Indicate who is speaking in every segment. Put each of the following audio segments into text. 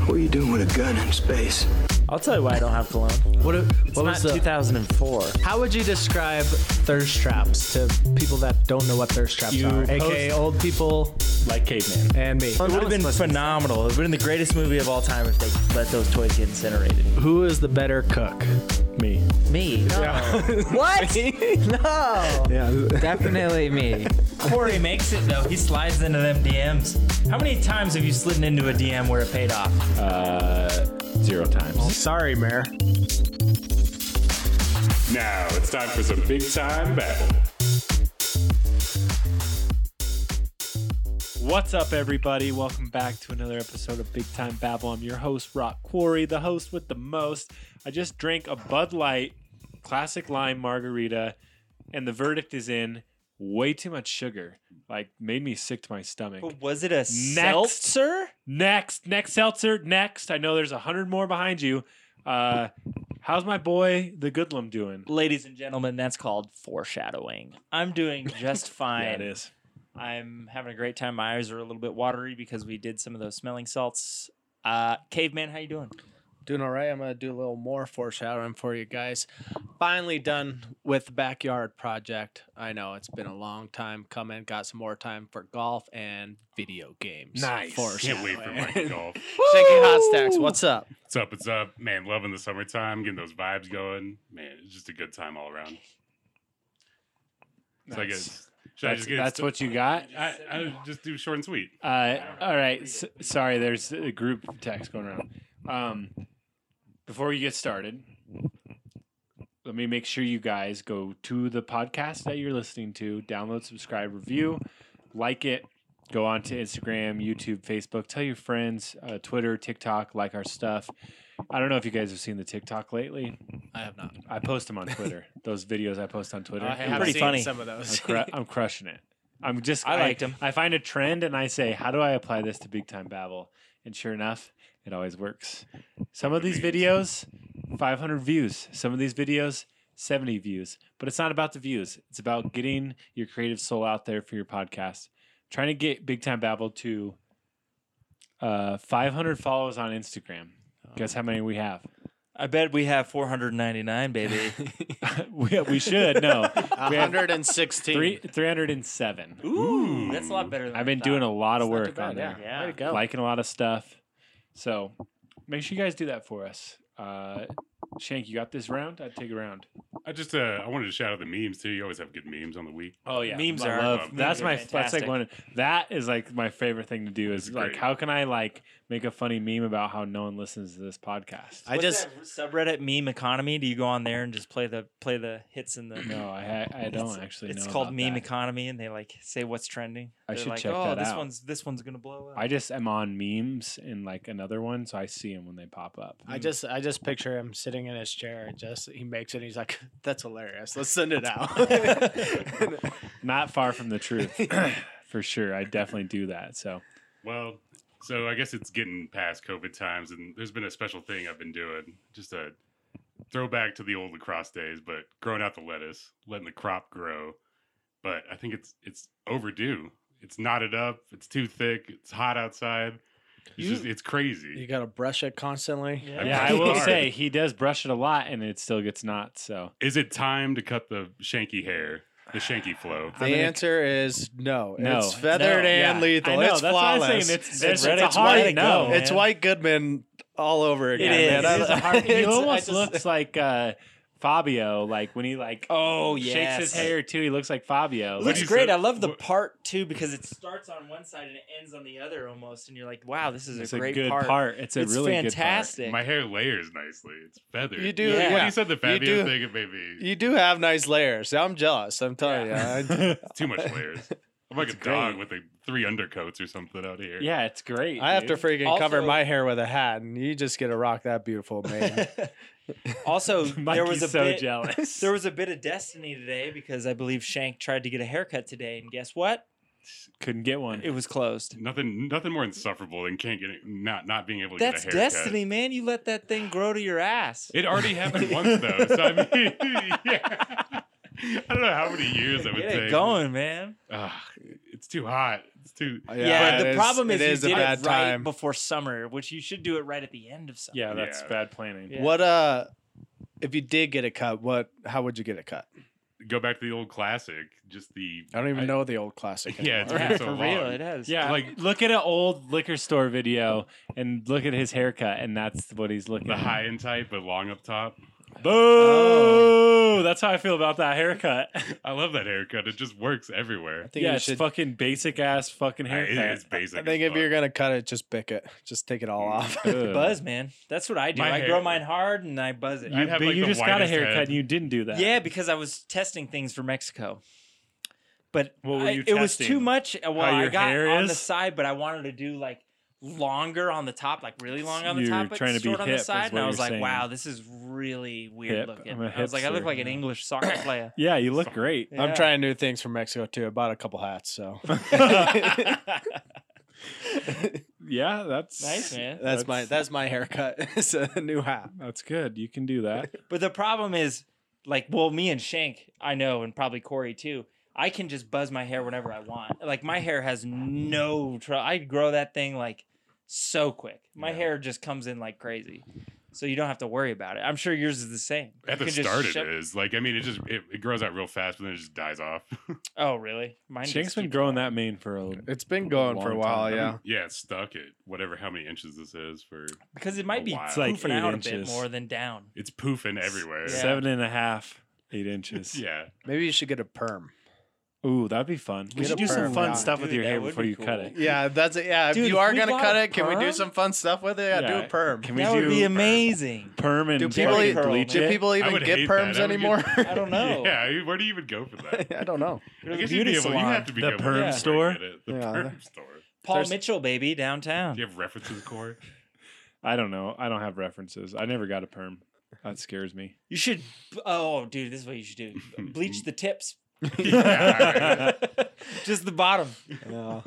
Speaker 1: a gun in space.
Speaker 2: I'll tell you why I don't have cologne.
Speaker 3: What, a-
Speaker 2: It's
Speaker 3: what
Speaker 2: not
Speaker 3: was the,
Speaker 2: 2004.
Speaker 3: How would you describe thirst traps to people that don't know what thirst traps
Speaker 2: You
Speaker 3: are? AKA
Speaker 2: post-
Speaker 3: old people
Speaker 2: Like caveman.
Speaker 3: and me.
Speaker 2: It would have been phenomenal. It would have been the greatest movie of all time if they let those toys get incinerated.
Speaker 3: Who is the better cook? Me.
Speaker 2: Me? No.
Speaker 4: What? no.
Speaker 3: Yeah.
Speaker 4: Definitely me.
Speaker 2: Corey makes it though. He slides into them DMs. How many times have you slid into a DM where it paid off?
Speaker 5: Zero times.
Speaker 3: Sorry, Mayor.
Speaker 6: Now it's time for some big time babble.
Speaker 7: What's up, everybody? Welcome back to another episode of Big Time Babble. I'm your host, Rock Quarry, the host with the most. I just drank a Bud Light classic lime margarita, and the verdict is in way too much sugar. Like, made me sick to my stomach.
Speaker 2: Was it a
Speaker 7: seltzer? Next, next seltzer, next. I know there's a hundred more behind you. Uh, how's my boy, the Goodlum, doing?
Speaker 2: Ladies and gentlemen, that's called foreshadowing. I'm doing just fine.
Speaker 7: Yeah, it is.
Speaker 2: I'm having a great time. My eyes are a little bit watery because we did some of those smelling salts. Uh, caveman, how you doing?
Speaker 3: Doing all right. I'm gonna do a little more foreshadowing for you guys. Finally done with the backyard project. I know it's been a long time coming. Got some more time for golf and video games.
Speaker 7: Nice.
Speaker 6: Can't
Speaker 3: Foreshadowing.
Speaker 6: wait for Mike Golf.
Speaker 3: Shaking hot stacks. What's up?
Speaker 6: What's up? What's up? Man, loving the summertime, getting those vibes going. Man, it's just a good time all around. So I
Speaker 7: Nice.
Speaker 6: guess should I
Speaker 7: That's,
Speaker 6: just get
Speaker 7: that's
Speaker 6: st-
Speaker 7: what you got.
Speaker 6: I, I just do short and sweet.
Speaker 7: Uh, all right. S- sorry, there's a group text going around. Um, before you get started, let me make sure you guys go to the podcast that you're listening to, download, subscribe, review, like it, go on to Instagram, YouTube, Facebook, tell your friends, uh, Twitter, TikTok, like our stuff. I don't know if you guys have seen the TikTok lately.
Speaker 3: I have not.
Speaker 7: I post them on Twitter. Those videos I post on Twitter.
Speaker 3: I have
Speaker 2: Pretty
Speaker 3: seen
Speaker 2: funny.
Speaker 3: Some of those.
Speaker 7: I'm, cru- I'm crushing it. I'm just.
Speaker 2: I liked 'em.
Speaker 7: I find a trend and I say, how do I apply this to big time babble? And sure enough, it always works. Some of these videos, 500 views. Some of these videos, 70 views. But it's not about the views. It's about getting your creative soul out there for your podcast. trying to get big time babble to uh, 500 followers on Instagram. Guess how many we have?
Speaker 2: I bet we have 499, baby.
Speaker 7: we, we should no. We have
Speaker 3: 116.
Speaker 7: three, 307.
Speaker 2: Ooh, that's a lot better. Than
Speaker 7: I've been doing a lot of work on
Speaker 3: yeah.
Speaker 7: there.
Speaker 2: Yeah.
Speaker 3: Way to go.
Speaker 7: Liking a lot of stuff. So make sure you guys do that for us. Uh, Shank, you got this round? I'd take a round.
Speaker 6: I just uh, I wanted to shout out the memes too. You always have good memes on the week.
Speaker 7: Oh
Speaker 2: yeah. Memes are-
Speaker 6: memes
Speaker 7: that's
Speaker 2: are
Speaker 7: my that's
Speaker 2: fantastic.
Speaker 7: like one that is like my favorite thing to do is
Speaker 6: It's
Speaker 7: like
Speaker 6: great.
Speaker 7: how can I like make a funny meme about how no one listens to this podcast?
Speaker 3: I just
Speaker 2: subreddit meme economy. Do you go on there and just play the play the hits in the?
Speaker 7: no, I ha- I don't
Speaker 2: It's-
Speaker 7: actually know.
Speaker 2: It's called
Speaker 7: about
Speaker 2: meme
Speaker 7: that.
Speaker 2: economy, and they like say what's trending.
Speaker 7: I
Speaker 2: They're
Speaker 7: should
Speaker 2: like,
Speaker 7: check
Speaker 2: oh,
Speaker 7: that
Speaker 2: this
Speaker 7: out.
Speaker 2: one's this one's gonna blow up.
Speaker 7: I just am on memes and like another one, so I see them when they pop up.
Speaker 3: I just I just picture him sitting in his chair and just he makes it and he's like, That's hilarious. Let's send it out.
Speaker 7: Not far from the truth, for sure. I definitely do that. So
Speaker 6: Well, so I guess it's getting past COVID times, and there's been a special thing I've been doing, just a throwback to the old lacrosse days, but growing out the lettuce, letting the crop grow. But I think it's it's overdue. It's knotted up. It's too thick. It's hot outside. It's
Speaker 3: You-
Speaker 6: just it's
Speaker 3: you
Speaker 6: crazy.
Speaker 3: gotta brush it constantly.
Speaker 2: Yeah.
Speaker 7: Yeah, I will
Speaker 6: Sorry.
Speaker 7: say he does brush it a lot, and it still gets knots. So
Speaker 6: Is it time to cut the shanky hair, the shanky flow?
Speaker 3: The answer is no.
Speaker 7: No.
Speaker 3: It's feathered
Speaker 2: No,
Speaker 3: and
Speaker 2: yeah.
Speaker 3: lethal.
Speaker 7: I know,
Speaker 3: it's
Speaker 7: that's why I'm
Speaker 3: flawless.
Speaker 7: saying it's- there's-
Speaker 2: it's a
Speaker 3: Reddit's
Speaker 2: hard
Speaker 3: White-
Speaker 2: no,
Speaker 3: It's
Speaker 2: man.
Speaker 3: White Goodman all over again.
Speaker 2: is.
Speaker 3: man. I-
Speaker 2: It is
Speaker 7: a hard- he
Speaker 3: it's- I
Speaker 7: almost
Speaker 3: just-
Speaker 7: looks like uh, Fabio, like when he like
Speaker 2: oh
Speaker 7: shakes his hair too. He looks like Fabio.
Speaker 2: Looks
Speaker 6: you
Speaker 7: Like,
Speaker 2: great.
Speaker 6: said-
Speaker 2: I love the
Speaker 6: what-
Speaker 2: part too because it starts on one side and it ends on the other almost, and you're like, wow, this is
Speaker 7: it's
Speaker 2: a
Speaker 7: a
Speaker 2: great
Speaker 7: good part.
Speaker 2: part.
Speaker 7: It's a
Speaker 2: It's
Speaker 7: really
Speaker 2: fantastic.
Speaker 6: My hair layers nicely. It's feathered.
Speaker 3: You do
Speaker 2: Yeah.
Speaker 3: yeah.
Speaker 6: When you said the Fabio
Speaker 3: do-
Speaker 6: thing, it made me
Speaker 3: You do have nice layers. I'm jealous. I'm telling you. I-
Speaker 7: good part.
Speaker 6: too much layers. I'm like a
Speaker 7: It's
Speaker 6: dog
Speaker 7: great.
Speaker 6: with like three undercoats or something out here.
Speaker 7: yeah, it's great.
Speaker 3: I have to
Speaker 7: dude.
Speaker 3: freaking cover
Speaker 2: Also-
Speaker 3: my hair with a hat, and you just get to rock that beautiful mane.
Speaker 2: also, there
Speaker 7: Mikey's
Speaker 2: was a
Speaker 7: so
Speaker 2: bit,
Speaker 7: jealous.
Speaker 2: There was a bit of destiny today because I believe Shank tried to get a haircut today, and guess what?
Speaker 7: Couldn't get one.
Speaker 2: It was closed.
Speaker 6: Nothing, nothing more insufferable than can't get not not being able to
Speaker 2: That's
Speaker 6: get a haircut.
Speaker 2: destiny, man. You let that thing grow to your ass.
Speaker 6: It already happened once though, so I mean, yeah. I don't know how many years I would
Speaker 2: Get
Speaker 6: take.
Speaker 2: it going, man.
Speaker 6: Ugh, it's too hot. It's too.
Speaker 2: Yeah,
Speaker 3: it
Speaker 2: the
Speaker 3: is-
Speaker 2: problem is,
Speaker 3: it
Speaker 2: you
Speaker 3: is a
Speaker 2: did
Speaker 3: bad
Speaker 2: it right
Speaker 3: time.
Speaker 2: before summer, which you should do it right at the end of summer.
Speaker 7: Yeah, that's
Speaker 6: Yeah.
Speaker 7: bad planning.
Speaker 2: Yeah.
Speaker 3: What uh, if you did get it cut? What? How would you get it cut?
Speaker 6: Go back to the old classic. Just the
Speaker 3: I don't even
Speaker 6: I-
Speaker 3: know the old classic.
Speaker 6: Yeah, it's
Speaker 3: anymore.
Speaker 6: been so
Speaker 2: for
Speaker 6: long.
Speaker 2: real, it is.
Speaker 7: Yeah, like
Speaker 6: Like-
Speaker 7: look at an old liquor store video and look at his haircut, and that's what he's looking.
Speaker 6: the
Speaker 7: at.
Speaker 6: high and tight but long up top.
Speaker 7: Boo! That's how I feel about that haircut.
Speaker 6: I love that haircut. It just works everywhere.
Speaker 3: I think
Speaker 7: yeah,
Speaker 3: you
Speaker 7: it's
Speaker 3: should.
Speaker 7: fucking basic ass fucking
Speaker 6: I- it-
Speaker 7: haircut.
Speaker 6: it's basic.
Speaker 3: I think
Speaker 6: as
Speaker 3: if you're
Speaker 6: fuck.
Speaker 3: gonna cut it, just pick it. Just take it all off.
Speaker 7: Ugh.
Speaker 2: buzz, man. That's what I do.
Speaker 6: My
Speaker 2: I
Speaker 6: hair-
Speaker 2: grow mine hard and I buzz it.
Speaker 7: You,
Speaker 6: I'd have,
Speaker 7: but
Speaker 6: like,
Speaker 7: you
Speaker 6: the
Speaker 7: just got a
Speaker 6: widest
Speaker 7: haircut
Speaker 6: head.
Speaker 7: and you didn't do that.
Speaker 2: Yeah, because I was testing things for Mexico. But
Speaker 7: What were
Speaker 2: I-
Speaker 7: you
Speaker 2: it was
Speaker 7: testing?
Speaker 2: too much. uh, Well,
Speaker 7: How
Speaker 2: I
Speaker 7: your
Speaker 2: got
Speaker 7: hair
Speaker 2: on the
Speaker 7: is?
Speaker 2: side, but I wanted to do like longer on the top, like really long on the
Speaker 7: You're
Speaker 2: top, but
Speaker 7: trying to be
Speaker 2: short on
Speaker 7: hip
Speaker 2: the
Speaker 7: is
Speaker 2: side. And
Speaker 7: what
Speaker 2: I was
Speaker 7: you're
Speaker 2: like,
Speaker 7: saying.
Speaker 2: wow, this is really weird
Speaker 7: Hip.
Speaker 2: looking.
Speaker 7: I'm a
Speaker 2: I was like, I look
Speaker 7: hipster.
Speaker 2: like an English soccer player.
Speaker 7: Yeah, you look great.
Speaker 3: I'm
Speaker 2: Yeah.
Speaker 3: trying new things from Mexico too. I bought a couple hats, so
Speaker 7: Yeah, that's
Speaker 2: nice, man.
Speaker 3: that's my that's my haircut. it's a new hat.
Speaker 7: That's good. You can do that.
Speaker 2: But the problem is, like, well, me and Shank, I know, and probably Corey too. I can just buzz my hair whenever I want. Like my hair has no trouble. I grow that thing like so quick. My hair just comes in like crazy, so you don't have to worry about it. I'm sure yours is the same.
Speaker 6: At
Speaker 2: You
Speaker 6: the
Speaker 2: can just
Speaker 6: start, it is
Speaker 2: shove-
Speaker 6: like I mean, it just it, it grows out real fast, but then it just dies off.
Speaker 2: Oh, really? Mine.
Speaker 7: Shank's
Speaker 2: just
Speaker 7: been
Speaker 2: keep-
Speaker 7: growing that mane for a.
Speaker 3: It's been going for a
Speaker 7: Long
Speaker 3: while,
Speaker 7: time.
Speaker 3: yeah.
Speaker 6: yeah, it's stuck at whatever how many inches this is for.
Speaker 2: because it might be
Speaker 6: It's
Speaker 7: like
Speaker 2: poofing
Speaker 7: eight
Speaker 2: out a bit
Speaker 7: inches.
Speaker 2: more than down.
Speaker 6: It's poofing everywhere.
Speaker 2: Yeah.
Speaker 7: Seven and a half, eight inches.
Speaker 6: Yeah,
Speaker 3: Maybe you should get a perm.
Speaker 7: Ooh, that'd be fun. We
Speaker 3: Get
Speaker 7: should
Speaker 3: a
Speaker 7: do some
Speaker 3: perm
Speaker 7: fun
Speaker 3: done.
Speaker 7: stuff with
Speaker 2: Dude,
Speaker 7: your
Speaker 2: that
Speaker 7: hair
Speaker 2: would
Speaker 7: before
Speaker 2: be
Speaker 7: you cut
Speaker 2: cool.
Speaker 7: it.
Speaker 3: Yeah, that's it. Yeah,
Speaker 2: Dude,
Speaker 3: if you
Speaker 2: if
Speaker 3: are
Speaker 2: we
Speaker 3: gonna
Speaker 2: got
Speaker 3: cut
Speaker 2: a
Speaker 3: it, can we
Speaker 2: perm-
Speaker 3: do some fun stuff with it? Yeah, do
Speaker 7: Yeah.
Speaker 3: a perm.
Speaker 7: Can we
Speaker 2: That would
Speaker 7: do
Speaker 2: be amazing.
Speaker 7: perm and
Speaker 3: do
Speaker 7: fucking
Speaker 3: people, e-
Speaker 7: bleach
Speaker 3: do
Speaker 7: it?
Speaker 3: people
Speaker 6: I
Speaker 3: even
Speaker 6: would
Speaker 3: get
Speaker 6: hate
Speaker 3: perms
Speaker 6: that. I would
Speaker 3: anymore?
Speaker 6: get-
Speaker 2: I don't know.
Speaker 6: yeah. I mean, Where do you even go for that?
Speaker 3: I don't know.
Speaker 6: I
Speaker 2: There's a
Speaker 6: guess you'd
Speaker 2: beauty
Speaker 6: be able, you
Speaker 2: salon.
Speaker 6: have to be
Speaker 7: The perm store?
Speaker 6: The
Speaker 3: Yeah.
Speaker 6: perm store.
Speaker 2: Paul
Speaker 3: There's-
Speaker 2: Mitchell, baby, downtown.
Speaker 6: Do you have references, Corey?
Speaker 7: I don't know. I don't have references. I never got a perm. That scares me.
Speaker 2: You should. Oh, dude, this is what you should do: bleach the tips,
Speaker 6: yeah.
Speaker 2: just the bottom.
Speaker 3: Yeah.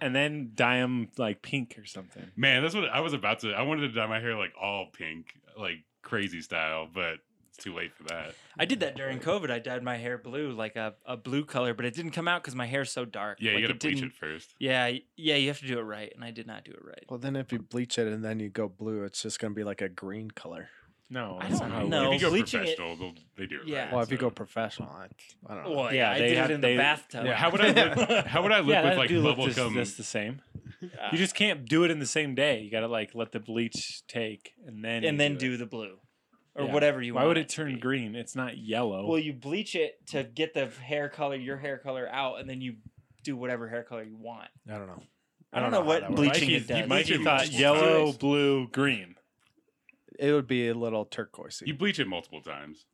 Speaker 7: and then dye 'em, like pink or something.
Speaker 6: Man, that's what I was about to. I wanted to dye my hair like all pink, like crazy style, but it's too late for that.
Speaker 2: I did that during COVID. I dyed my hair blue, like a, a blue color, but it didn't come out because my hair's so dark.
Speaker 6: Yeah,
Speaker 2: Like,
Speaker 6: you gotta bleach
Speaker 2: didn't-
Speaker 6: it first.
Speaker 2: Yeah, y- yeah, you have to do it right, and I did not do it right.
Speaker 3: Well, then if you bleach it and then you go blue, it's just gonna be like a green color.
Speaker 7: No,
Speaker 2: I
Speaker 7: that's
Speaker 2: don't
Speaker 7: not how it
Speaker 2: know.
Speaker 7: works.
Speaker 6: if you go
Speaker 2: bleaching it-
Speaker 6: professional, they'll they do it.
Speaker 2: Yeah.
Speaker 6: right,
Speaker 3: Well, if you
Speaker 6: so.
Speaker 3: go professional, I, I don't know.
Speaker 2: Well, yeah,
Speaker 7: Yeah,
Speaker 2: I
Speaker 7: they
Speaker 2: did
Speaker 7: have-
Speaker 2: it in the
Speaker 7: they-
Speaker 2: bathtub.
Speaker 3: yeah.
Speaker 6: how would I look? How would I look
Speaker 7: yeah,
Speaker 6: with like bubble
Speaker 7: that's,
Speaker 6: gum?
Speaker 7: that's the same. You just can't do it in the same day. You gotta like let the bleach take and then you
Speaker 2: and then
Speaker 7: it.
Speaker 2: do the blue, or
Speaker 7: Yeah.
Speaker 2: whatever you
Speaker 7: Why
Speaker 2: want.
Speaker 7: would
Speaker 2: it
Speaker 7: it
Speaker 2: to
Speaker 7: turn
Speaker 2: be.
Speaker 7: green? It's not yellow.
Speaker 2: Well, you bleach it to get the hair color, your hair color out, and then you do whatever hair color you want.
Speaker 3: I don't know.
Speaker 2: I don't, know,
Speaker 3: how that
Speaker 2: what
Speaker 3: works.
Speaker 2: bleaching
Speaker 7: Mikey,
Speaker 2: it does.
Speaker 7: Mikey
Speaker 6: Bleaching
Speaker 7: thought
Speaker 6: multiple
Speaker 7: yellow,
Speaker 2: times.
Speaker 7: blue, green.
Speaker 3: It would be a little turquoisey.
Speaker 6: you bleach it multiple times.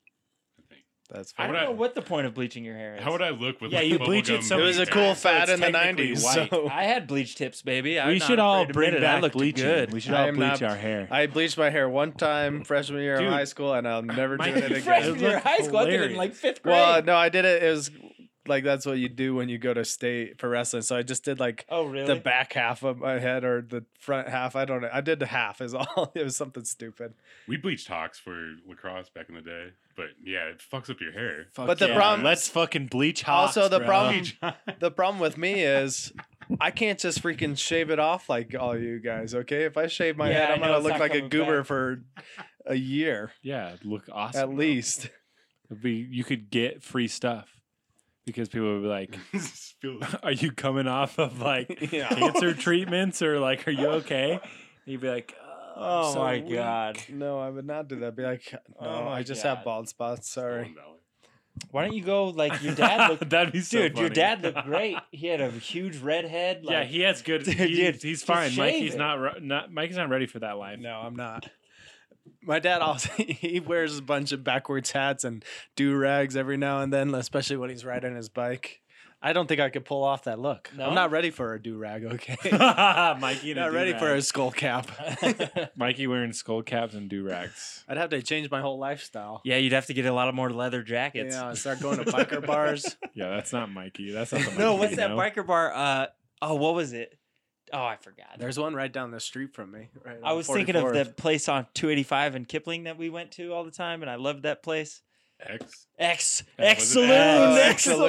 Speaker 6: I think.
Speaker 3: That's
Speaker 2: I
Speaker 6: How
Speaker 2: don't
Speaker 6: would
Speaker 3: fine.
Speaker 6: I-
Speaker 2: know what the point of bleaching your hair is.
Speaker 6: How would I look with?
Speaker 7: Yeah,
Speaker 6: like
Speaker 7: you
Speaker 6: bubble
Speaker 7: bleach it
Speaker 6: gum
Speaker 7: so
Speaker 3: It was a
Speaker 6: hair?
Speaker 3: cool
Speaker 7: So
Speaker 3: fad
Speaker 7: it's
Speaker 3: in the
Speaker 7: technically
Speaker 3: '90s.
Speaker 7: white.
Speaker 3: So
Speaker 2: I had bleach tips, baby. I'm
Speaker 7: we
Speaker 2: not
Speaker 7: should
Speaker 2: afraid
Speaker 7: all
Speaker 2: to admit
Speaker 7: bring
Speaker 2: it. I
Speaker 7: back
Speaker 2: looked
Speaker 7: bleaching.
Speaker 2: Good.
Speaker 7: We should
Speaker 3: I
Speaker 7: all
Speaker 3: am
Speaker 7: bleach
Speaker 3: not-
Speaker 7: our hair.
Speaker 3: I bleached my hair one time freshman year
Speaker 7: Dude.
Speaker 3: of high school, and I'll never do
Speaker 7: My-
Speaker 3: it again.
Speaker 7: It
Speaker 2: freshman year of
Speaker 7: looked
Speaker 2: high school. I did it in like
Speaker 7: hilarious.
Speaker 2: fifth grade.
Speaker 3: Well, no, I did it. It was like that's what you do when you go to state for wrestling. So I just did like
Speaker 2: oh, really?
Speaker 3: the back half of my head or the front half. I don't know. I did the half is all. It was something stupid.
Speaker 6: We bleached hawks for lacrosse back in the day, but yeah, it fucks up your hair.
Speaker 3: but the problem-
Speaker 7: let's fucking bleach hot.
Speaker 3: Also, the problem- The problem with me is I can't just freaking shave it off like all you guys. Okay, if I shave my
Speaker 2: Yeah,
Speaker 3: head,
Speaker 2: I
Speaker 3: I'm
Speaker 2: know
Speaker 3: gonna
Speaker 2: it's
Speaker 3: look
Speaker 2: not
Speaker 3: like a
Speaker 2: coming
Speaker 3: goober
Speaker 2: back.
Speaker 3: for a year
Speaker 7: Yeah, it'd look awesome.
Speaker 3: at
Speaker 7: though.
Speaker 3: least.
Speaker 7: It'd be, you could get free stuff because people would be like, "Are you coming off of like
Speaker 3: Yeah.
Speaker 7: cancer treatments or like are you okay?" And you'd be like,
Speaker 2: oh
Speaker 3: so
Speaker 2: my
Speaker 3: weak.
Speaker 2: god!
Speaker 3: No, I would not do that. Be like, no,
Speaker 2: Oh my
Speaker 3: I just
Speaker 2: God.
Speaker 3: have bald spots. Sorry.
Speaker 2: Why don't you go like your dad looked?
Speaker 7: That'd be so
Speaker 2: dude, your
Speaker 7: funny.
Speaker 2: dad looked great. He had a huge red head. Like,
Speaker 7: yeah, he has good.
Speaker 2: Dude,
Speaker 7: he-
Speaker 2: dude,
Speaker 7: he's
Speaker 2: just
Speaker 7: fine.
Speaker 2: shave
Speaker 7: Mikey's
Speaker 2: it.
Speaker 7: not re- not Mikey's not ready for that life.
Speaker 3: No, I'm not. My dad also he wears a bunch of backwards hats and do rags every now and then, especially when he's riding his bike. I don't think I could pull off that look.
Speaker 2: No?
Speaker 3: I'm not ready for a do rag. Okay,
Speaker 7: Mikey, in a
Speaker 3: not ready for a
Speaker 7: do-rag.
Speaker 3: skull cap.
Speaker 7: Mikey wearing skull caps and do rags.
Speaker 3: I'd have to change my whole lifestyle.
Speaker 2: yeah, you'd have to get a lot of more leather jackets.
Speaker 3: Yeah, start going to biker bars.
Speaker 7: Yeah, that's not Mikey. That's not the Mikey
Speaker 2: No,
Speaker 7: we
Speaker 2: what's that
Speaker 7: know.
Speaker 2: biker bar? Uh, oh, what was it? Oh, I forgot.
Speaker 3: There's one right down the street from me. Right
Speaker 2: I
Speaker 3: on
Speaker 2: was thinking of
Speaker 3: 44th.
Speaker 2: the place on 285 in Kipling that we went to all the time, and I loved that place.
Speaker 6: X.
Speaker 2: X
Speaker 7: Yeah,
Speaker 2: X
Speaker 6: was it
Speaker 2: Saloon. X
Speaker 6: X?
Speaker 2: Saloon.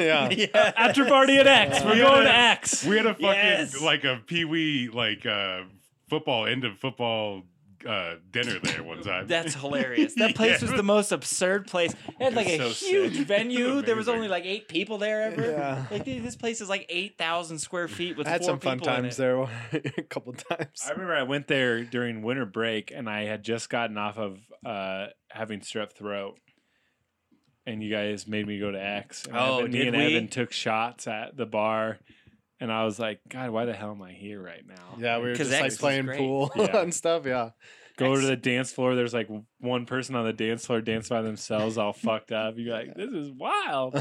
Speaker 3: yeah.
Speaker 2: Yeah.
Speaker 7: After party at X, we're
Speaker 6: Yeah.
Speaker 7: going to X.
Speaker 6: We had a fucking
Speaker 2: Yes.
Speaker 6: like a pee wee like uh football end of football uh dinner there one time.
Speaker 2: That's hilarious. That place was
Speaker 6: Yeah.
Speaker 2: the most absurd place. It had like
Speaker 6: It
Speaker 2: a
Speaker 6: was so
Speaker 2: huge
Speaker 6: sick.
Speaker 2: venue. There was
Speaker 6: Amazing.
Speaker 2: only like eight people there ever.
Speaker 3: Yeah.
Speaker 2: Like dude, this place is like eight thousand square feet with
Speaker 3: I had
Speaker 2: four
Speaker 3: some fun
Speaker 2: people in
Speaker 3: times
Speaker 2: it.
Speaker 3: there a couple times.
Speaker 7: I remember I went there during winter break and I had just gotten off of uh, having strep throat. And you guys made me go to X. And
Speaker 2: Oh,
Speaker 7: Evan, me
Speaker 2: did
Speaker 7: and
Speaker 2: we?
Speaker 7: Evan took shots at the bar. And I was like, God, why the hell am I here right now?
Speaker 3: Yeah, we were
Speaker 2: 'Cause
Speaker 3: just
Speaker 2: X
Speaker 3: like
Speaker 2: is
Speaker 3: playing
Speaker 2: great.
Speaker 3: pool
Speaker 7: Yeah.
Speaker 3: and stuff. Yeah.
Speaker 7: Go
Speaker 2: X.
Speaker 7: to the dance floor. There's like one person on the dance floor dance by themselves, all fucked up. You're like, this is wild.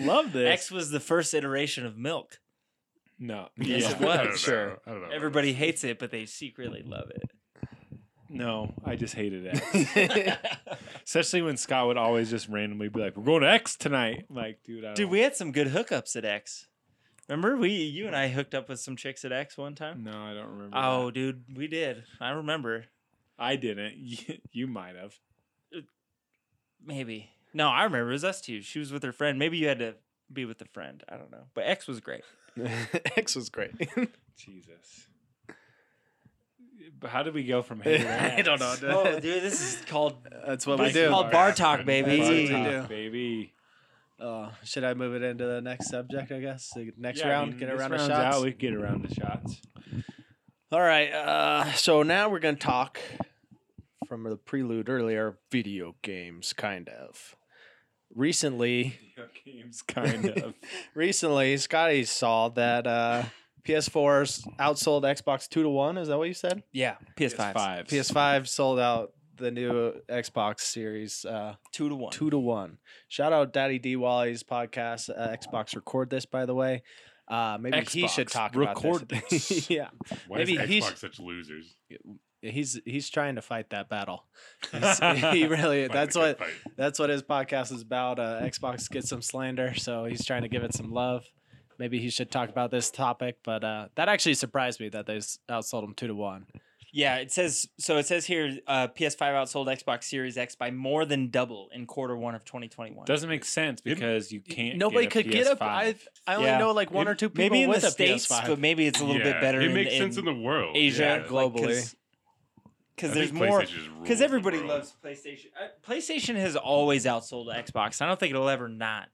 Speaker 7: Love this.
Speaker 2: X was the first iteration of milk.
Speaker 7: no.
Speaker 2: Yes, it
Speaker 7: Yeah.
Speaker 6: I don't know.
Speaker 2: was.
Speaker 3: Sure.
Speaker 6: I don't know.
Speaker 2: Everybody hates it, but they secretly love it.
Speaker 7: No, I just hated X. Especially when Scott would always just randomly be like, we're going to X tonight. I'm like, dude, I don't
Speaker 2: Dude, we had some good hookups at X. Remember, we you and I hooked up with some chicks at X one time.
Speaker 7: No, I don't remember.
Speaker 2: Oh,
Speaker 7: that.
Speaker 2: dude, we did. I remember.
Speaker 7: I didn't. You, you might have.
Speaker 2: Maybe. No, I remember. It was us two. She was with her friend. Maybe you had to be with a friend. I don't know. But X was great.
Speaker 3: X was great.
Speaker 7: Jesus. But how did we go from here? to
Speaker 3: I don't know,
Speaker 7: X?
Speaker 3: dude. Oh,
Speaker 2: dude, this is called
Speaker 3: That's what we
Speaker 2: It's
Speaker 3: do.
Speaker 2: called Bar Talk, baby.
Speaker 7: Bar
Speaker 3: That's what we
Speaker 7: talk,
Speaker 3: do.
Speaker 7: baby.
Speaker 3: Uh, should I move it into the next subject? I guess the next
Speaker 7: Yeah, I
Speaker 3: round,
Speaker 7: mean,
Speaker 3: get a
Speaker 7: this
Speaker 3: round of
Speaker 7: round's
Speaker 3: shots.
Speaker 7: Out, we can get around the shots.
Speaker 3: All right. Uh, so now we're gonna talk from the prelude earlier. Video games, kind of. Recently,
Speaker 7: Video games, kind of.
Speaker 3: recently, Scotty saw that uh, PS4s outsold Xbox two to one. Is that what you said?
Speaker 2: yeah, PS5.
Speaker 7: Five.
Speaker 3: PS5 sold out the new Xbox Series uh,
Speaker 2: Two to one.
Speaker 3: two to one. Shout out Daddy D Wally's podcast. Uh, Xbox record this, by the way. Uh, maybe he should
Speaker 7: Xbox,
Speaker 3: talk
Speaker 7: record
Speaker 3: about this.
Speaker 7: this.
Speaker 3: yeah,
Speaker 6: Why is
Speaker 3: Maybe he's-
Speaker 6: Xbox such losers?
Speaker 3: he's he's trying to fight that battle. He's- he really.
Speaker 6: Fight
Speaker 3: That's
Speaker 6: the
Speaker 3: what
Speaker 6: good fight.
Speaker 3: that's what his podcast is about. Uh, Xbox gets some slander, so he's trying to give it some love. Maybe he should talk about this topic, but uh, that actually surprised me that they s- outsold him two to one.
Speaker 2: Yeah, it says so. It says here, uh, PS5 outsold Xbox Series X by more than double in quarter one of 2021.
Speaker 7: Doesn't make sense because you can't.
Speaker 3: Nobody
Speaker 7: get a
Speaker 3: could get
Speaker 7: PS5.
Speaker 3: up. I I only
Speaker 2: Yeah.
Speaker 3: know like one
Speaker 6: Maybe-
Speaker 3: or two people
Speaker 2: maybe in the
Speaker 3: with a
Speaker 2: states,
Speaker 3: PS5.
Speaker 2: but maybe it's a little
Speaker 6: Yeah,
Speaker 2: bit better.
Speaker 6: It
Speaker 2: in,
Speaker 6: makes sense in the world.
Speaker 2: Asia
Speaker 6: Yeah.
Speaker 2: like, 'cause-
Speaker 3: globally.
Speaker 2: because
Speaker 6: I
Speaker 2: there's
Speaker 6: think
Speaker 2: more.
Speaker 6: PlayStation just rules
Speaker 2: Because
Speaker 6: the
Speaker 2: everybody
Speaker 6: world.
Speaker 2: loves PlayStation. Uh, PlayStation has always outsold Xbox. I don't think it'll ever not.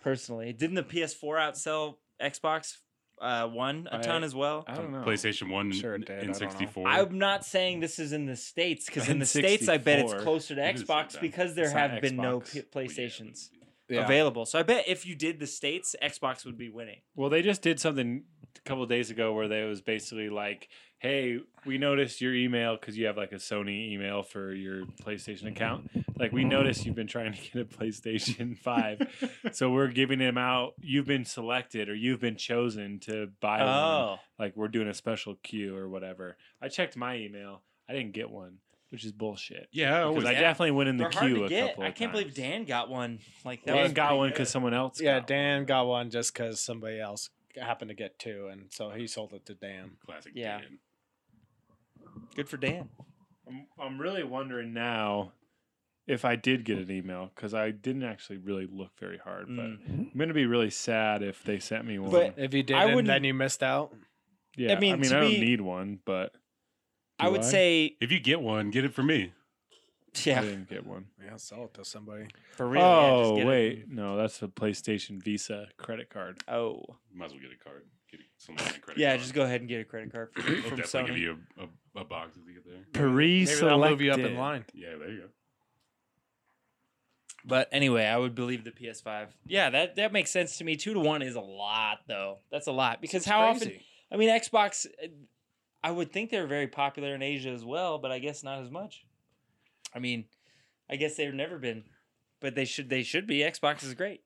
Speaker 2: Personally, didn't the PS4 outsell Xbox uh, One a
Speaker 7: I-
Speaker 2: ton as well?
Speaker 7: I don't know.
Speaker 6: PlayStation One
Speaker 3: Sure it
Speaker 6: and
Speaker 3: did, I don't know.
Speaker 6: in sixty four.
Speaker 2: I'm not saying this is in the states because in the states I bet it's
Speaker 7: 64.
Speaker 2: closer to
Speaker 6: It is
Speaker 2: Xbox
Speaker 6: sometimes.
Speaker 2: because there
Speaker 7: It's not
Speaker 2: have been no
Speaker 7: Xbox.
Speaker 2: P- PlayStations
Speaker 3: Yeah.
Speaker 2: available. So I bet if you did the states, Xbox would be winning.
Speaker 7: Well, they just did something a couple days ago where they was basically like, "Hey, we noticed your email because you have like a Sony email for your PlayStation account. Like, we noticed you've been trying to get a PlayStation Five, so we're giving them out. You've been selected or you've been chosen to buy one.
Speaker 2: Oh,
Speaker 7: Like, we're doing a special queue or whatever. I checked my email. I didn't get one, which is bullshit.
Speaker 6: Yeah, I
Speaker 7: Because
Speaker 6: always
Speaker 7: I
Speaker 2: yeah.
Speaker 7: definitely went in the
Speaker 2: they're hard
Speaker 7: queue
Speaker 2: to
Speaker 7: a
Speaker 2: get.
Speaker 7: couple.
Speaker 2: I
Speaker 7: Of
Speaker 2: can't believe
Speaker 7: times.
Speaker 2: Dan got one. Like that
Speaker 7: Dan
Speaker 2: was
Speaker 7: got
Speaker 2: pretty
Speaker 7: one
Speaker 2: good.
Speaker 7: because someone else.
Speaker 3: Yeah,
Speaker 7: got one.
Speaker 3: Dan got one just because somebody else happened to get two, and so he sold it to Dan.
Speaker 6: classic.
Speaker 2: Yeah.
Speaker 6: Dan.
Speaker 2: Good for Dan.
Speaker 7: I'm, I'm really wondering now if I did get an email because I didn't actually really look very hard. But
Speaker 2: Mm.
Speaker 3: Mm.
Speaker 7: I'm gonna be really sad if they sent me one.
Speaker 2: But-
Speaker 3: If you
Speaker 2: I
Speaker 3: didn't,
Speaker 2: wouldn't-
Speaker 3: then you missed out.
Speaker 7: yeah, I mean,
Speaker 2: mean,
Speaker 7: I,
Speaker 2: to
Speaker 7: don't
Speaker 2: me-
Speaker 7: need one, but
Speaker 2: I
Speaker 7: Do
Speaker 2: would
Speaker 7: I?
Speaker 2: say,
Speaker 6: If you get one, get it for me.
Speaker 7: I
Speaker 2: yeah,
Speaker 7: didn't get one.
Speaker 3: Yeah, sell it to somebody.
Speaker 2: for real. yeah, just
Speaker 7: oh
Speaker 2: get it.
Speaker 7: wait, no, that's a PlayStation Visa credit card.
Speaker 2: Oh,
Speaker 6: Might as well get a card. Get some kind of credit.
Speaker 2: yeah.
Speaker 6: card.
Speaker 2: Just go ahead and get a credit card from,
Speaker 6: They'll
Speaker 2: from
Speaker 6: definitely
Speaker 2: Sony.
Speaker 6: give you a, a, a box if you get there.
Speaker 7: Paris
Speaker 3: Maybe that'll move you up in line.
Speaker 6: Yeah, there you go.
Speaker 2: But anyway, I would believe the PS5. Yeah, that that makes sense to me. Two to one is a lot, though. That's a lot because how often? I mean, Xbox. uh, I would think they're very popular in Asia as well, but I guess not as much. I mean, I guess they've never been, but they should. They should be. Xbox is great.